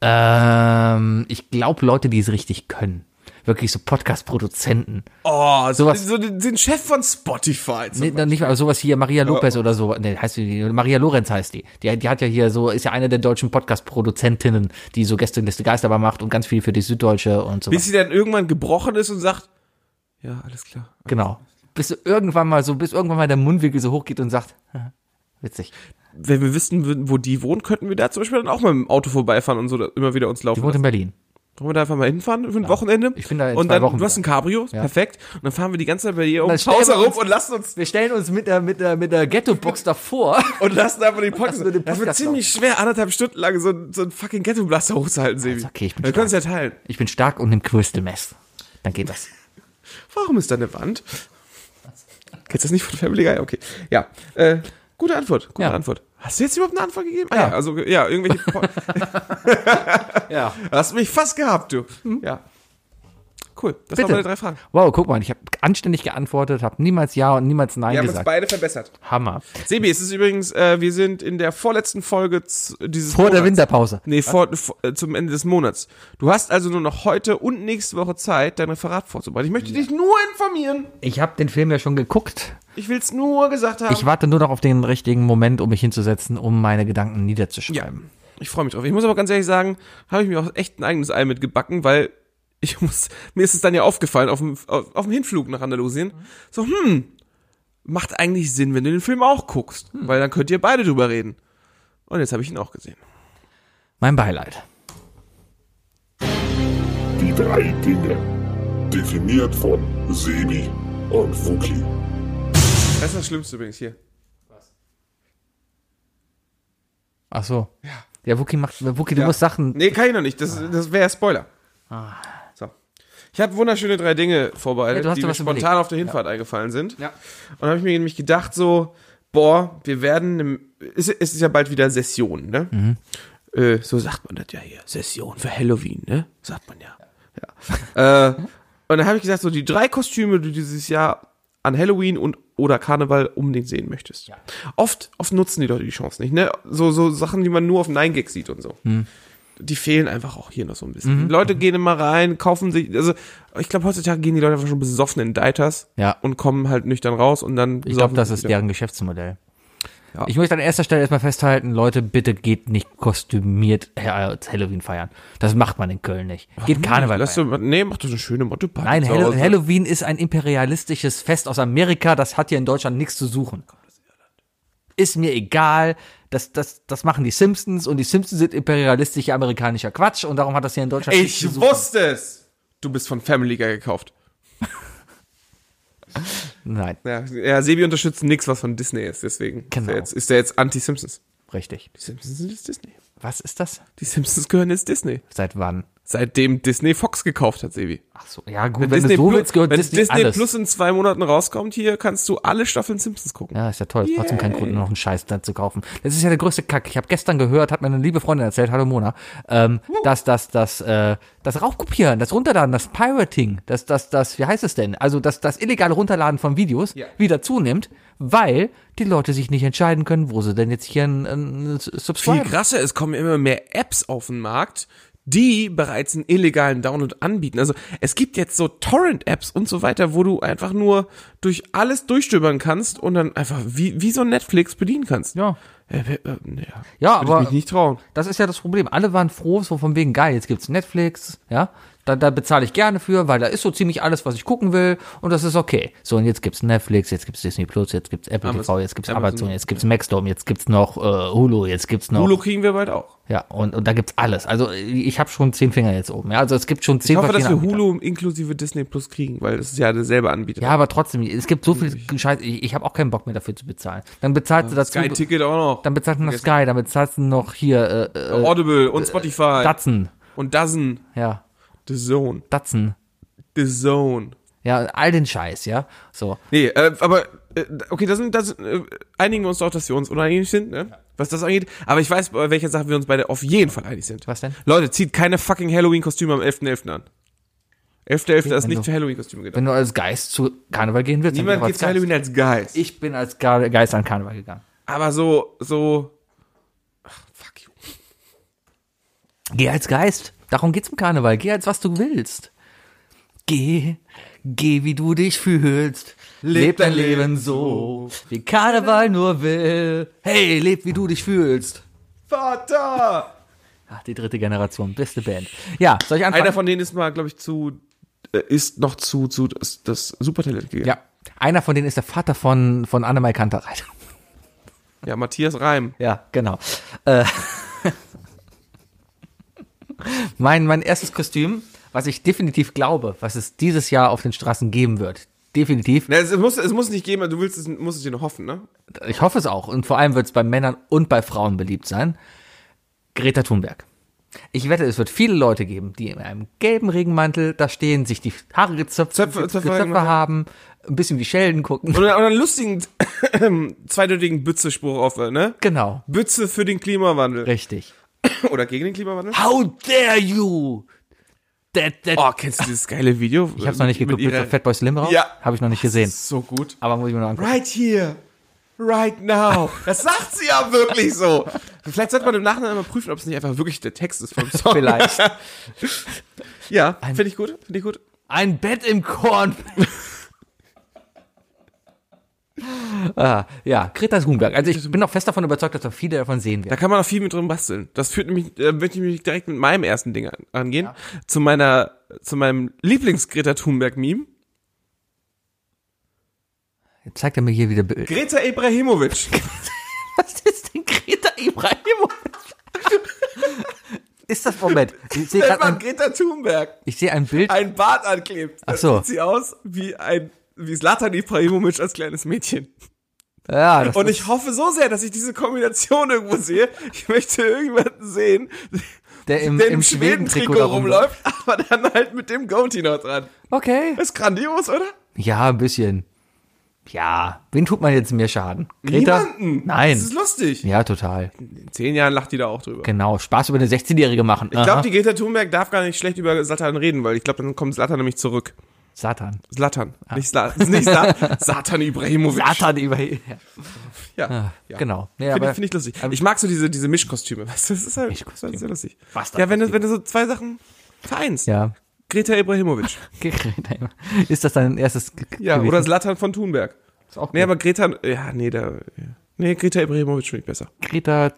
Ähm, ich glaube, Leute, die es richtig können. Wirklich so Podcast-Produzenten. Oh, so, Sowas- so den, den Chef von Spotify. Zum Nee, dann nicht mal aber sowas hier, Maria Lopez oder so. Nee, heißt die, Maria Lorenz heißt die. die. Die hat ja hier so, ist ja eine der deutschen Podcast-Produzentinnen, die so Gästeliste Geisterbar macht und ganz viel für die Süddeutsche und so. Bis sie dann irgendwann gebrochen ist und sagt, ja, alles klar. Genau. Bis du irgendwann mal so, bis irgendwann mal der Mundwinkel so hoch geht und sagt, witzig. Wenn wir wüssten, würden, wo die wohnen, könnten wir da zum Beispiel dann auch mal mit dem Auto vorbeifahren und so da immer wieder uns laufen. Die wohnt in Berlin. Wollen wir da einfach mal hinfahren für ein Wochenende? Ich bin da in Und zwei dann, Wochen du hast ein Cabrio, Ja. perfekt. Und dann fahren wir die ganze Zeit bei dir ums stellen Haus wir herum uns- und lassen uns Wir stellen uns mit der, mit der, mit der Ghetto-Box davor. und lassen einfach den Podcast. lassen wir den das wird Podcast ziemlich schwer, anderthalb Stunden lang so, ein- so einen fucking Ghetto-Blaster hochzuhalten, Sebi. Ist okay, ich bin wir können es ja teilen. Ich bin stark und nimm Quirlstemess. Dann geht das. Warum ist da eine Wand? Kennst du das nicht von Family Guy? Okay. Ja. Äh, gute Antwort. Gute Ja. Antwort. Hast du jetzt überhaupt eine Antwort gegeben? Ah, ja. also, ja, irgendwelche. Ja. Hast mich fast gehabt, du. Ja. Cool. Das waren Bitte. meine drei Fragen. Wow, guck mal, ich habe anständig geantwortet, habe niemals Ja und niemals Nein Wir haben uns gesagt. beide verbessert. Hammer. Sebi, es ist übrigens, äh, wir sind in der vorletzten Folge z- dieses Vor der Monats. Winterpause. Nee, vor, vor, äh, zum Ende des Monats. Du hast also nur noch heute und nächste Woche Zeit, dein Referat vorzubereiten. Ich möchte dich nur informieren. Ich habe den Film ja schon geguckt. Ich will es nur gesagt haben. Ich warte nur noch auf den richtigen Moment, um mich hinzusetzen, um meine Gedanken ja, niederzuschreiben. ich freue mich drauf. Ich muss aber ganz ehrlich sagen, habe ich mir auch echt ein eigenes Ei mitgebacken, weil ich muss, mir ist es dann ja aufgefallen auf dem, auf, auf dem Hinflug nach Andalusien. So, hm, macht eigentlich Sinn, wenn du den Film auch guckst, weil dann könnt ihr beide drüber reden. Und jetzt habe ich ihn auch gesehen. Mein Beileid. Die drei Dinge. Definiert von Sebi und Wookie. Das ist das Schlimmste übrigens hier. Ach so. Ja, ja Wookie macht, Wookie, du musst Sachen. Nee, kann ich noch nicht. Das, das wäre Spoiler. So. Ich habe wunderschöne drei Dinge Ah. Ja, vorbereitet, du hast die dir mir was spontan überlegt. auf der Hinfahrt eingefallen sind. Ja. Und habe ich mir nämlich gedacht, so, boah, wir werden, im, es, es ist ja bald wieder Session, ne? Mhm. Äh, so sagt man das ja hier. Session für Halloween, ne? Sagt man ja. ja. äh, und dann habe ich gesagt, so die drei Kostüme, die du dieses Jahr an Halloween und oder Karneval unbedingt sehen möchtest. Oft, oft nutzen die Leute die Chance nicht, ne? So, so Sachen, die man nur auf Nine Gag sieht und so Hm. die fehlen einfach auch hier noch so ein bisschen. Mhm. Die Leute gehen immer rein, kaufen sich, also ich glaube heutzutage gehen die Leute einfach schon besoffen in Deiters Ja. und kommen halt nüchtern raus und dann Ich glaube, das ist deren Geschäftsmodell. Ja. Ich möchte an erster Stelle erstmal festhalten, Leute, bitte geht nicht kostümiert äh, als Halloween feiern. Das macht man in Köln nicht. Geht Karneval Lass feiern. du, nee, mach doch eine schöne Motto-Party. Nein, zu Hall Hause. Halloween ist ein imperialistisches Fest aus Amerika, das hat hier in Deutschland nichts zu suchen. Ist mir egal, das, das, das machen die Simpsons und die Simpsons sind imperialistischer amerikanischer Quatsch und darum hat das hier in Deutschland nichts zu Ich suchen. wusste es! Du bist von Family Guy gekauft. Nein, Ja, ja Sebi unterstützt nichts, was von Disney ist, deswegen ist Genau. er jetzt, ist er jetzt Anti-Simpsons. richtig. Die Simpsons sind jetzt Disney. Was ist das? Die Simpsons gehören jetzt Disney. Seit wann? Seitdem Disney Fox gekauft hat, Sebi. Ach so, ja gut, wenn, du so Plus- willst, gehört wenn Disney, alles. Plus in zwei Monaten rauskommt, hier kannst du alle Staffeln Simpsons gucken. Ja, ist ja toll. Ist trotzdem kein Grund, noch einen Scheiß dann zu kaufen. Das ist ja der größte Kack. Ich habe gestern gehört, hat meine liebe Freundin erzählt, hallo Mona, ähm, dass das, das, äh, das Raubkopieren, das Runterladen, das Pirating, das, das, das, wie heißt es denn? Also das, das illegale Runterladen von Videos wieder zunimmt, weil die Leute sich nicht entscheiden können, wo sie denn jetzt hier einen, einen Viel Subscribe. krasser, es kommen immer mehr Apps auf den Markt, die bereits einen illegalen Download anbieten. Also es gibt jetzt so Torrent-Apps und so weiter, wo du einfach nur durch alles durchstöbern kannst und dann einfach wie, wie so Netflix bedienen kannst. Ja. Äh, äh, äh, ja. Ja, Würde aber- ich mich nicht trauen. Das ist ja das Problem. Alle waren froh, so von wegen geil, jetzt gibt's Netflix, ja. Da, da bezahle ich gerne für, weil da ist so ziemlich alles, was ich gucken will und das ist okay. So, und jetzt gibt's Netflix, jetzt gibt's Disney Plus, jetzt gibt's Apple TV, jetzt gibt's Amazon, jetzt gibt's Maxdome, jetzt gibt's noch äh, Hulu, jetzt gibt's noch. Hulu kriegen wir bald auch. Ja, und, und da gibt's alles. Also ich habe schon zehn Finger jetzt oben. Ja, also es gibt schon zehn Ich hoffe, dass wir verschiedene Anbieter. Hulu inklusive Disney Plus kriegen, weil das ist ja derselbe Anbieter. Ja, aber trotzdem, es gibt so viel Scheiß, ich, ich habe auch keinen Bock mehr dafür zu bezahlen. Dann bezahlst du dazu. Sky-Ticket auch noch. Dann bezahlst du noch Sky, dann bezahlst du noch hier äh, äh, Audible und Spotify Datsen. und Dozen. Ja, The Zone. Datsen. The Zone. Ja, all den Scheiß, ja. So. Nee, äh, aber äh, okay, das sind das äh, einigen wir uns doch, dass wir uns uneinig sind, ne? Was das angeht. Aber ich weiß, bei welcher Sache wir uns beide auf jeden Fall einig sind. Was denn? Leute, zieht keine fucking Halloween-Kostüme am 11.11. an. 11.11. ist wenn nicht du- für Halloween-Kostüme gedacht. Wenn du als Geist zu Karneval gehen willst, Niemand dann geh geht doch zu als Geist. Halloween als Geist. Ich bin als Ga- Geist an Karneval gegangen. aber so, so. Ach, fuck you. Geh als Geist. Darum geht's im Karneval. Geh als was du willst. Geh, geh wie du dich fühlst. Leb dein Leben so, wie Karneval nur will. Hey, leb wie du dich fühlst. Vater! Ach, die dritte Generation, beste Band. Ja, soll ich anfangen? Einer von denen ist mal, glaube ich, zu. Äh, ist noch zu, zu das, das Supertalent gegangen. ja. Einer von denen ist der Vater von, von Annemai Kantereit. Ja, Matthias Reim. Ja, genau. Äh, mein, mein erstes Kostüm, was ich definitiv glaube, was es dieses Jahr auf den Straßen geben wird. Definitiv. Ne, es, es muss, es muss nicht geben, du willst es, musst es dir noch hoffen, ne? Ich hoffe es auch. Und vor allem wird es bei Männern und bei Frauen beliebt sein. Greta Thunberg. Ich wette, es wird viele Leute geben, die in einem gelben Regenmantel da stehen, sich die Haare gezöpft, Zöpfe- gezöpft Zöpfe gemacht. haben, ein bisschen wie Sheldon gucken. Und dann, und dann lustigen, zweideutigen Bütze-Spruch auf, äh, ne? Genau, Bütze für den Klimawandel. richtig. Oder gegen den Klimawandel. How dare you? That, that, Oh, kennst du dieses geile Video? ich hab's noch nicht geguckt. Mit Fatboy Slim raus? Ja. Habe ich noch nicht gesehen. So gut. Aber muss ich mir noch angucken. Right here. Right now. Das sagt sie ja wirklich so. Vielleicht sollte man im Nachhinein mal prüfen, ob es nicht einfach wirklich der Text ist vom Song. Vielleicht. Ja, finde ich gut. Finde ich gut. Ein Bett im Korn. ah, ja, Greta Thunberg. Also ich bin auch fest davon überzeugt, dass wir viele davon sehen Da werden. kann man auch viel mit drin basteln. Das führt nämlich, da möchte ich mich direkt mit meinem ersten Ding an- angehen. Zu meiner, zu meinem Lieblings-Greta Thunberg-Meme. Jetzt zeigt er mir hier wieder Bild. Greta Ibrahimovic. Was ist denn Greta Ibrahimovic? ist das, Moment, ich sehe Nennt gerade man ein, Greta Thunberg. ich sehe ein Bild. Ein Bart anklebt. Dann Ach so. Sieht sie aus wie ein, wie Zlatan Ibrahimovic als kleines Mädchen. Ja, Ah, das Und ich hoffe so sehr, dass ich diese Kombination irgendwo sehe. Ich möchte irgendjemanden sehen, Der im- der im Schweden-Trikot Schweden-Trikot rumläuft, aber dann halt mit dem Goatee noch dran. okay. Das ist grandios, oder? Ja, ein bisschen. Ja, wen tut man jetzt mehr Schaden? Greta? Niemanden. Das ist Nein. lustig. Ja, total. In zehn Jahren lacht die da auch drüber. Genau, Spaß über eine 16-Jährige machen. Ich glaube, die Greta Thunberg darf gar nicht schlecht über Satan reden, weil ich glaube, dann kommt Satan nämlich zurück. Satan. Satan. Ah. Nicht, Sla nicht Satan. Satan Ibrahimovic. Satan über ja. Ja. ja. Genau. Ja, Finde aber- ich, find ich lustig. Ich mag so diese, diese Mischkostüme. Weißt du, das ist halt das ist sehr lustig. Bastard- ja, wenn du, wenn du so zwei Sachen vereinst. Ja. Greta Ibrahimovic. Greta. Ist das dein erstes? G- Ja, gewesen? oder Zlatan von Thunberg. Ist auch Nee, gut. aber Greta, ja, nee, da, ja. nee, Greta Ibrahimovic finde ich besser. Greta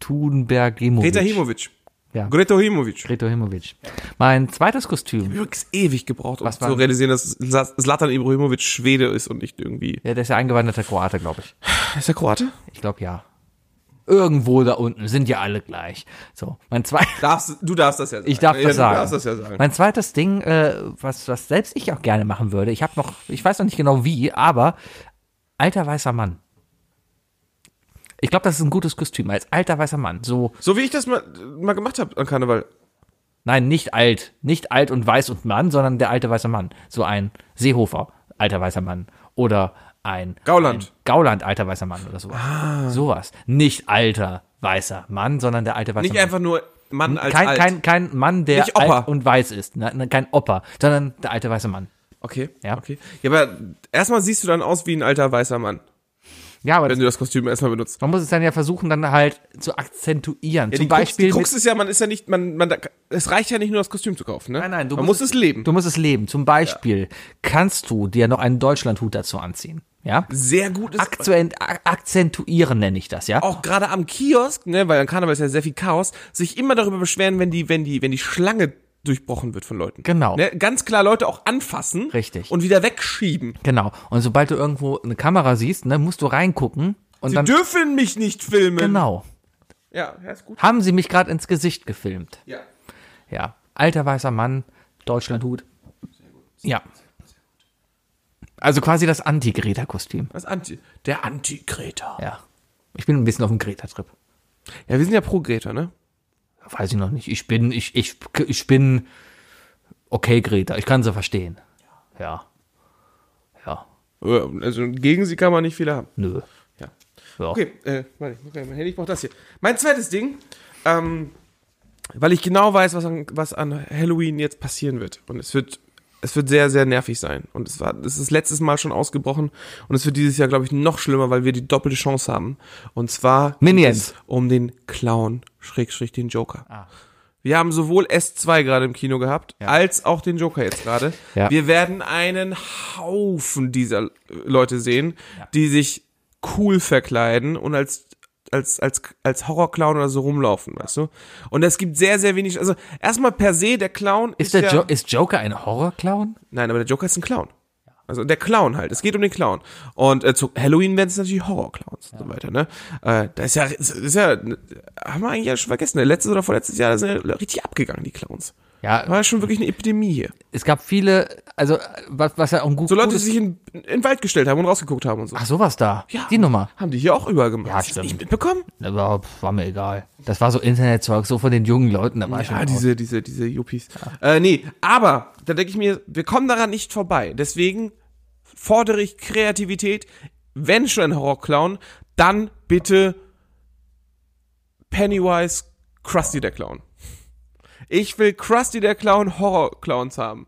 Thunberg Himovic. Greta Himovic. Ja. Greta Himovic. Greta Himovic. Mein zweites Kostüm. Übrigens ewig gebraucht, um Was war- zu realisieren, dass Zla- Zlatan Ibrahimovic Schwede ist und nicht irgendwie. Ja, der ist ja eingewanderter Kroate, glaube ich. Ist der Kroate? Ich glaube ja. Irgendwo da unten sind ja alle gleich. So, mein zweites. Darfst, du darfst das ja sagen. Ich darf ja, das sagen. Du darfst das ja sagen. Mein zweites Ding, äh, was, was selbst ich auch gerne machen würde, ich habe noch, ich weiß noch nicht genau wie, aber alter weißer Mann. Ich glaube, das ist ein gutes Kostüm als alter weißer Mann. So, so wie ich das mal, mal gemacht habe an Karneval. nein, nicht alt, nicht alt und weiß und Mann, sondern der alte weiße Mann. So ein Seehofer, alter weißer Mann. Oder ein Gauland. Ah. Ein Gauland, alter weißer Mann oder sowas. Sowas. Nicht alter weißer Mann, sondern der alte weiße Nicht Mann. einfach nur Mann als kein, alt. kein, kein Mann, der Nicht Opa. alt und weiß ist. Ne, ne, Kein Opa, sondern der alte weiße Mann. okay, Ja. okay. Ja, aber erstmal siehst du dann aus wie ein alter weißer Mann, Ja, aber wenn du das Kostüm erstmal benutzt. man muss es dann ja versuchen, dann halt zu akzentuieren. Ja, Zum die Beispiel. Krux, die Krux mit- ist ja, man ist ja nicht, man, man, da- es reicht ja nicht nur das Kostüm zu kaufen, ne? Nein, nein, du man musst muss es leben. Du musst es leben. Zum Beispiel kannst du dir noch einen Deutschlandhut dazu anziehen. Ja? Sehr gut ist Akzent, a- akzentuieren nenne ich das, ja? auch gerade am Kiosk, ne, weil an Karneval ist ja sehr viel Chaos, sich immer darüber beschweren, wenn die, wenn die, wenn die Schlange durchbrochen wird von Leuten. Genau. Ne, ganz klar Leute auch anfassen. Richtig. Und wieder wegschieben. Genau. Und sobald du irgendwo eine Kamera siehst, ne, musst du reingucken und Sie dann. dürfen mich nicht filmen. Genau. Ja, ja, ist gut. Haben sie mich gerade ins Gesicht gefilmt. Ja. Ja. Alter weißer Mann, Deutschlandhut. Ja. Also quasi das Anti-Greta-Kostüm. Das Anti, der Anti-Greta. Ja. Ich bin ein bisschen auf dem Greta-Trip. Ja, wir sind ja pro Greta, ne? Weiß ich noch nicht. Ich bin, ich, ich, ich bin okay, Greta. Ich kann sie verstehen. Ja. Ja. Ja, Also gegen sie kann man nicht viele haben. Nö. Ja. Ja. Okay, äh, warte, ich muss gleich mein Handy, ich brauch das hier. Mein zweites Ding, ähm, weil ich genau weiß, was an, was an Halloween jetzt passieren wird. Und es wird, es wird sehr, sehr nervig sein. Und es war, es ist letztes Mal schon ausgebrochen und es wird dieses Jahr, glaube ich, noch schlimmer, weil wir die doppelte Chance haben. Und zwar geht Minions. es um den Clown, Schrägstrich, den Joker. Wir haben sowohl S2 gerade im Kino gehabt, als auch den Joker jetzt gerade. Ja. Wir werden einen Haufen dieser äh, Leute sehen, die sich cool verkleiden und als als als als Horrorclown oder so rumlaufen, weißt du? Und es gibt sehr sehr wenig, also erstmal per se der Clown Ist, der ja, jo ist Joker ein Horrorclown? Nein, aber der Joker ist ein Clown. Also der Clown halt. Es geht um den Clown. Und äh, zu Halloween werden es natürlich Horrorclowns und so weiter, ne? Äh, da ist ja, ist, ist ja, haben wir eigentlich ja schon vergessen. ne? Letztes oder vorletztes Jahr sind ja richtig abgegangen, die Clowns. Ja. War ja schon wirklich eine Epidemie hier. Es gab viele, also was, was ja auch ein gut, So Leute, die gutes- sich in, in den Wald gestellt haben und rausgeguckt haben und so. Ach, sowas da. Die Nummer. Haben die hier auch überall gemacht. Ja, Hast du das stimmt. nicht mitbekommen? Aber pf, war mir egal. Das war so Internetzeug, so von den jungen Leuten. Da war ich schon Ja, raus. Ah, diese, diese, diese Yuppies. Äh, nee, aber da denke ich mir, wir kommen daran nicht vorbei. Deswegen fordere ich Kreativität. Wenn schon ein Horrorclown, dann bitte Pennywise Krusty der Clown. Ich will Krusty der Clown Horrorclowns haben.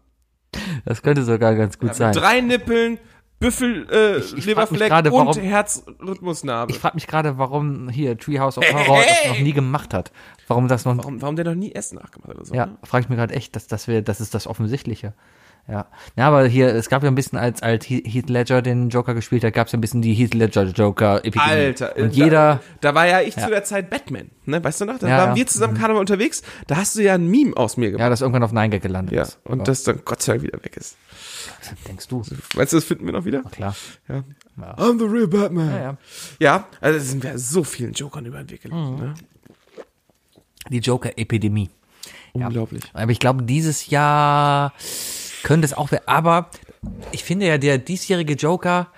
Das könnte sogar ganz gut sein. Drei Nippeln, Büffel, äh, mich Leberfleck gerade, und warum- Herzrhythmusnarbe. Ich frage mich gerade, warum hier Treehouse of Horror das noch nie gemacht hat. Warum das noch Warum, warum der noch nie Essen nachgemacht hat oder so? Ja, ne? frage ich mir gerade echt, dass, dass, wir, das ist das Offensichtliche. Ja. Na, aber hier, es gab ja ein bisschen, als, als Heath Ledger den Joker gespielt hat, gab es ja ein bisschen die Heath Ledger Joker-Epidemie. Alter. Und äh, jeder, Da, da war ja ich zu der Zeit Batman, ne? Weißt du noch? Da Ja, waren ja. Mhm. wir zusammen Karneval unterwegs. Da hast du ja ein Meme aus mir ja, gemacht. das irgendwann auf Nein gelandet Ja. ist. Und das dann Gott sei Dank wieder weg ist. Denkst du? Meinst du, das finden wir noch wieder? Klar. Ja. Ja. I'm the real Batman. Ja, Mhm. ja. Ja, also sind wir so vielen Jokern über den Weg gelaufen. Ne? Die Joker-Epidemie. Unglaublich. Aber ich glaube, dieses Jahr könnte es auch werden. Aber ich finde ja, der diesjährige Joker,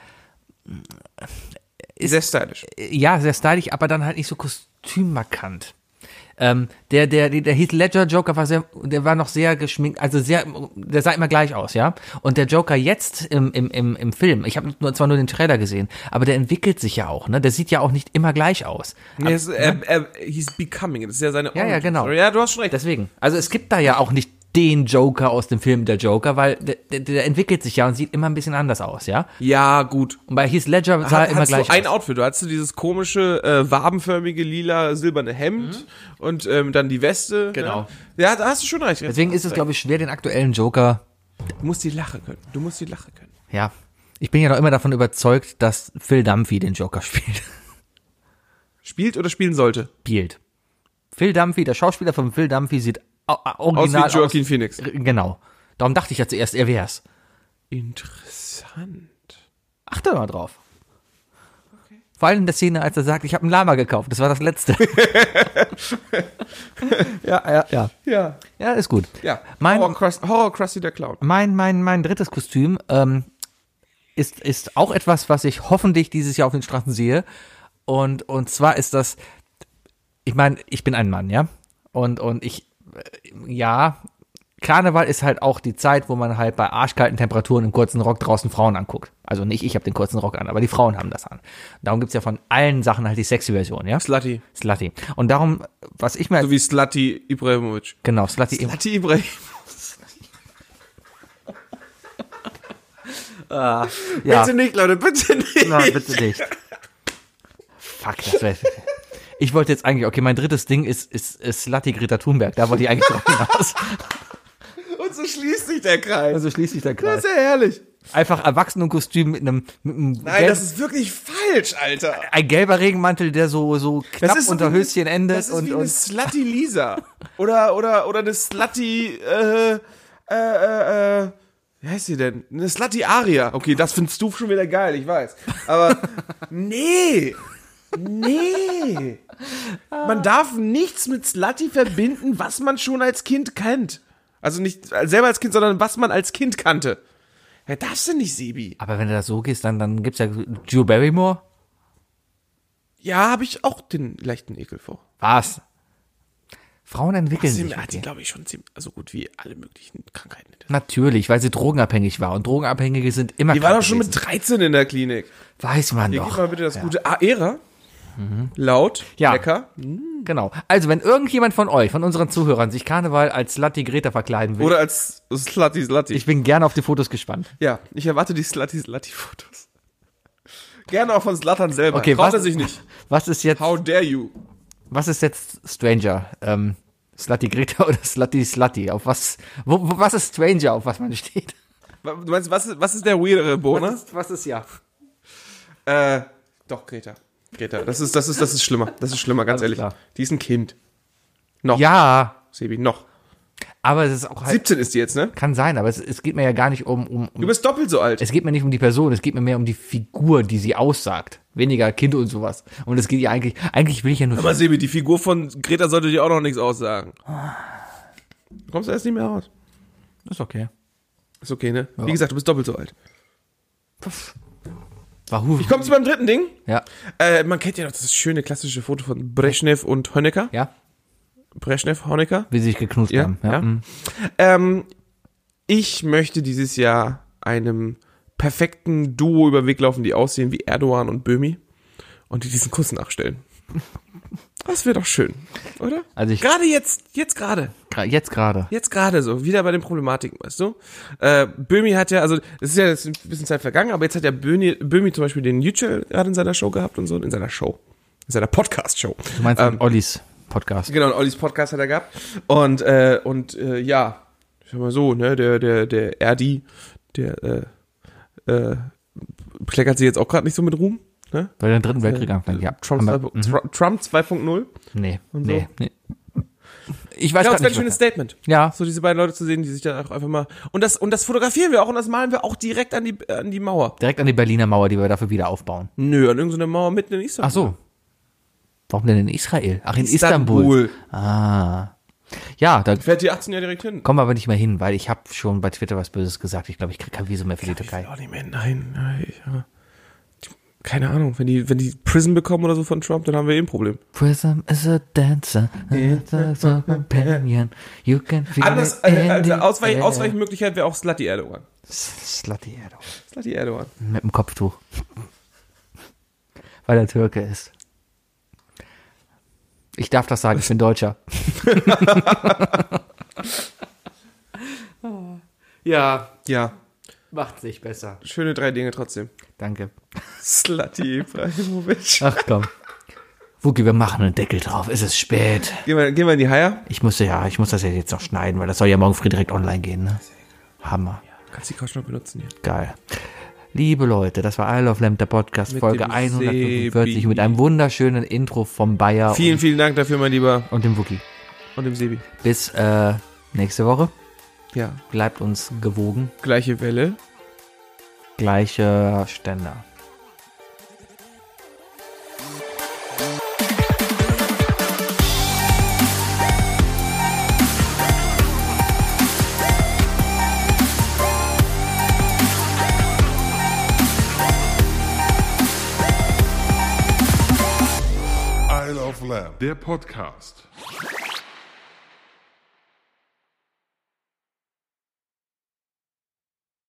Sehr stylisch. äh, ja, sehr stylisch, aber dann halt nicht so kostümmarkant. Ähm, der, der, der Heath Ledger Joker war sehr, der war noch sehr geschminkt, also sehr, der sah immer gleich aus, ja. Und der Joker jetzt im, im, im, im Film, ich habe nur, zwar nur den Trailer gesehen, aber der entwickelt sich ja auch, ne? Der sieht ja auch nicht immer gleich aus. Nee, es, er, er, he's becoming. Das ist ja seine ne? Ja, ja, Origin genau. Story. Ja, du hast schon recht. Deswegen. Also es gibt da ja auch nicht den Joker aus dem Film der Joker, weil der, der, der entwickelt sich ja und sieht immer ein bisschen anders aus, ja? ja, gut. Und bei Heath Ledger sah Hat, er immer hattest gleich du ein aus. Outfit. Du hattest du dieses komische, äh, wabenförmige, lila, silberne Hemd und ähm, dann die Weste. Mhm. Genau. Ja, ja da hast du schon recht. Deswegen ist es, glaube ich, schwer, den aktuellen Joker Du musst die Lache können. Du musst die Lache können. Ja. Ich bin ja noch immer davon überzeugt, dass Phil Dunphy den Joker spielt. Spielt oder spielen sollte. spielt. Phil Dunphy, der Schauspieler von Phil Dunphy sieht au- au- Aus original wie Joaquin Phoenix. Genau. Darum dachte ich ja zuerst, er wär's. Interessant. Achte mal drauf. Vor allem in der Szene, als er sagt, ich habe einen Lama gekauft. Das war das Letzte. ja, ja, ja. Ja. Ja, ist gut. Ja. Mein- Horror, Crust, Horror Krusty der Clown. Mein, mein, mein drittes Kostüm ähm, ist, ist auch etwas, was ich hoffentlich dieses Jahr auf den Straßen sehe. Und, und zwar ist das, ich meine, ich bin ein Mann, ja. Und, und ich, äh, ja, Karneval ist halt auch die Zeit, wo man halt bei arschkalten Temperaturen im kurzen Rock draußen Frauen anguckt. Also nicht ich habe den kurzen Rock an, aber die Frauen haben das an. Darum gibt's ja von allen Sachen halt die sexy Version, ja. Slutty. Slutty. Und darum, was ich mir, So wie Slutty Ibrahimovic. genau, Slutty, Slutty. Slutty Ibrahimovic. ja. Bitte nicht, Leute, bitte nicht. Nein, bitte nicht. Fuck, das wäre. Ich wollte jetzt eigentlich, okay, mein drittes Ding ist, ist, ist Slutty Greta Thunberg. Da wollte ich eigentlich drauf hinaus. Und so schließt sich der Kreis. Also schließt sich der Das Kreis. ist ja herrlich. Einfach Erwachsenenkostüm mit einem, mit einem Nein, gelb- das ist wirklich falsch, Alter. ein gelber Regenmantel, der so, so knapp so unter wie- Höschen endet Das ist und, wie eine und Slutty Lisa. Oder, oder, oder eine Slutty, äh, äh, äh, äh, wie heißt sie denn? Eine Slutty Aria. Okay, das findest du schon wieder geil, ich weiß. Aber, nee. Nee. Man darf nichts mit Slutty verbinden, was man schon als Kind kennt. Also nicht selber als Kind, sondern was man als Kind kannte. Ja, darfst du nicht, Sebi. aber wenn du das so gehst, dann, dann gibt's ja Drew Barrymore. Ja, habe ich auch den leichten Ekel vor. Was? Frauen entwickeln Sie sich. hat die, Okay. glaube ich, schon ziemlich, so gut wie alle möglichen Krankheiten. hinter sich. Natürlich, weil sie drogenabhängig war. Und Drogenabhängige sind immer Die war krank doch schon mit gewesen. 13 in der Klinik. Weiß man Hier, doch. Mhm. gib mal bitte das gute Aera. Laut, Ja. lecker. Genau. Also, wenn irgendjemand von euch, von unseren Zuhörern, sich Karneval als Slutty Greta verkleiden will, Oder als Slutty Slutty. ich bin gerne auf die Fotos gespannt. ja, ich erwarte die Slutty Slutty Fotos. Gerne auch von Slattern selber. Okay, Traut was- er sich nicht. Was ist jetzt, How dare you? was ist jetzt Stranger? Ähm, Slutty Greta oder Slutty Slutty? Auf was, wo, wo, was ist Stranger, auf was man steht? Du meinst, was ist, was ist der weirdere Bonus? ist, was ist ja? Äh, doch, Greta. Greta, das ist, das ist, das ist schlimmer. Das ist schlimmer, ganz ehrlich. klar. Die ist ein Kind. Noch, Ja, Sebi, noch. aber es ist auch halt, 17 ist die jetzt, ne? kann sein, aber es, es geht mir ja gar nicht um, um, Du um, bist doppelt so alt. es geht mir nicht um die Person, es geht mir mehr um die Figur, die sie aussagt. Weniger Kind und sowas. Und es geht ja eigentlich, eigentlich will ich ja nur, Aber Sebi, die Figur von Greta sollte dir auch noch nichts aussagen. Oh. Du kommst erst nicht mehr raus. ist okay. Ist okay, ne? Wie gesagt, du bist doppelt so alt. War Huwe. Kommst du beim dritten Ding? Ja, Äh, man kennt ja noch das schöne klassische Foto von Brezhnev und Honecker. ja, Brezhnev, Honecker. wie sie sich geknutscht Ja, haben. ja. mm. Ähm, ich möchte dieses Jahr einem perfekten Duo über den Weg laufen, die aussehen wie Erdogan und Böhmi und die diesen Kuss nachstellen. Das wäre doch schön, oder? Also ich- gerade jetzt, jetzt gerade. Gra- Jetzt gerade. Jetzt gerade so, wieder bei den Problematiken, weißt du? Äh, Böhmi hat ja, also es ist ja jetzt ein bisschen Zeit vergangen, aber jetzt hat ja Böhmi, Böhmi zum Beispiel den Yücel gerade in seiner Show gehabt und so, in seiner Show, in seiner Podcast-Show. Du meinst ähm, Ollis Podcast. Genau, und Ollis Podcast hat er gehabt. Und, äh, und äh, ja, ich sag mal so, ne, der, der, der Erdi, der äh, äh, kleckert sich jetzt auch gerade nicht so mit Ruhm. Ne? Weil der den dritten Weltkrieg anfängt, ja. Trump, Aber- mhm. 2.0. Tru- Trump 2.0. Nee, so. nee, nee. Ich weiß Ja, gar das ist ein nicht. schönes was- Statement. Ja, So diese beiden Leute zu sehen, die sich dann auch einfach mal und das und das fotografieren wir auch und das malen wir auch direkt an die an die Mauer. direkt an die Berliner Mauer, die wir dafür wieder aufbauen. Nö, an irgendeine Mauer mitten in Istanbul. Ach so. Warum denn in Israel? Ach, in Istanbul. Ah. Ja, da Fährt die 18 Jahre direkt hin. kommen wir aber nicht mehr hin, weil ich habe schon bei Twitter was Böses gesagt. Ich glaube, ich krieg kein Visum mehr für die Türkei. Auch nicht mehr. Nein, nein. Ja. Die- Keine Ahnung, wenn die wenn die Prison bekommen oder so von Trump, dann haben wir eh ein Problem. Prism is a dancer, it's a companion. You can feel Anders it äh, in also the Ausweich, air. Ausweichmöglichkeit wäre auch Slutty Erdogan. Slutty Erdogan. Slutty Erdogan. Mit dem Kopftuch. Weil er Türke ist. Ich darf das sagen, ich bin Deutscher. ja, Ja, macht sich besser. schöne drei Dinge trotzdem. Danke. Slutty Ibrahimovic. Ach komm. Wookie, wir machen einen Deckel drauf. Es ist spät. Gehen wir, gehen wir in die Haier. Ich muss ja, ich muss das ja jetzt noch schneiden, weil das soll ja morgen früh direkt online gehen. Ne? Hammer. Kannst die Couch noch benutzen hier. Geil. Liebe Leute, das war Isle of Lamb, der Podcast, Mit Folge dem 145 Sebi. mit einem wunderschönen Intro vom Bayer Vielen, vielen Dank dafür, mein Lieber. und, und dem Wookie. Und dem Sebi. Bis äh, nächste Woche. Ja. Bleibt uns gewogen. Gleiche Welle. Gleicher Ständer. Isle of Lamb, der Podcast.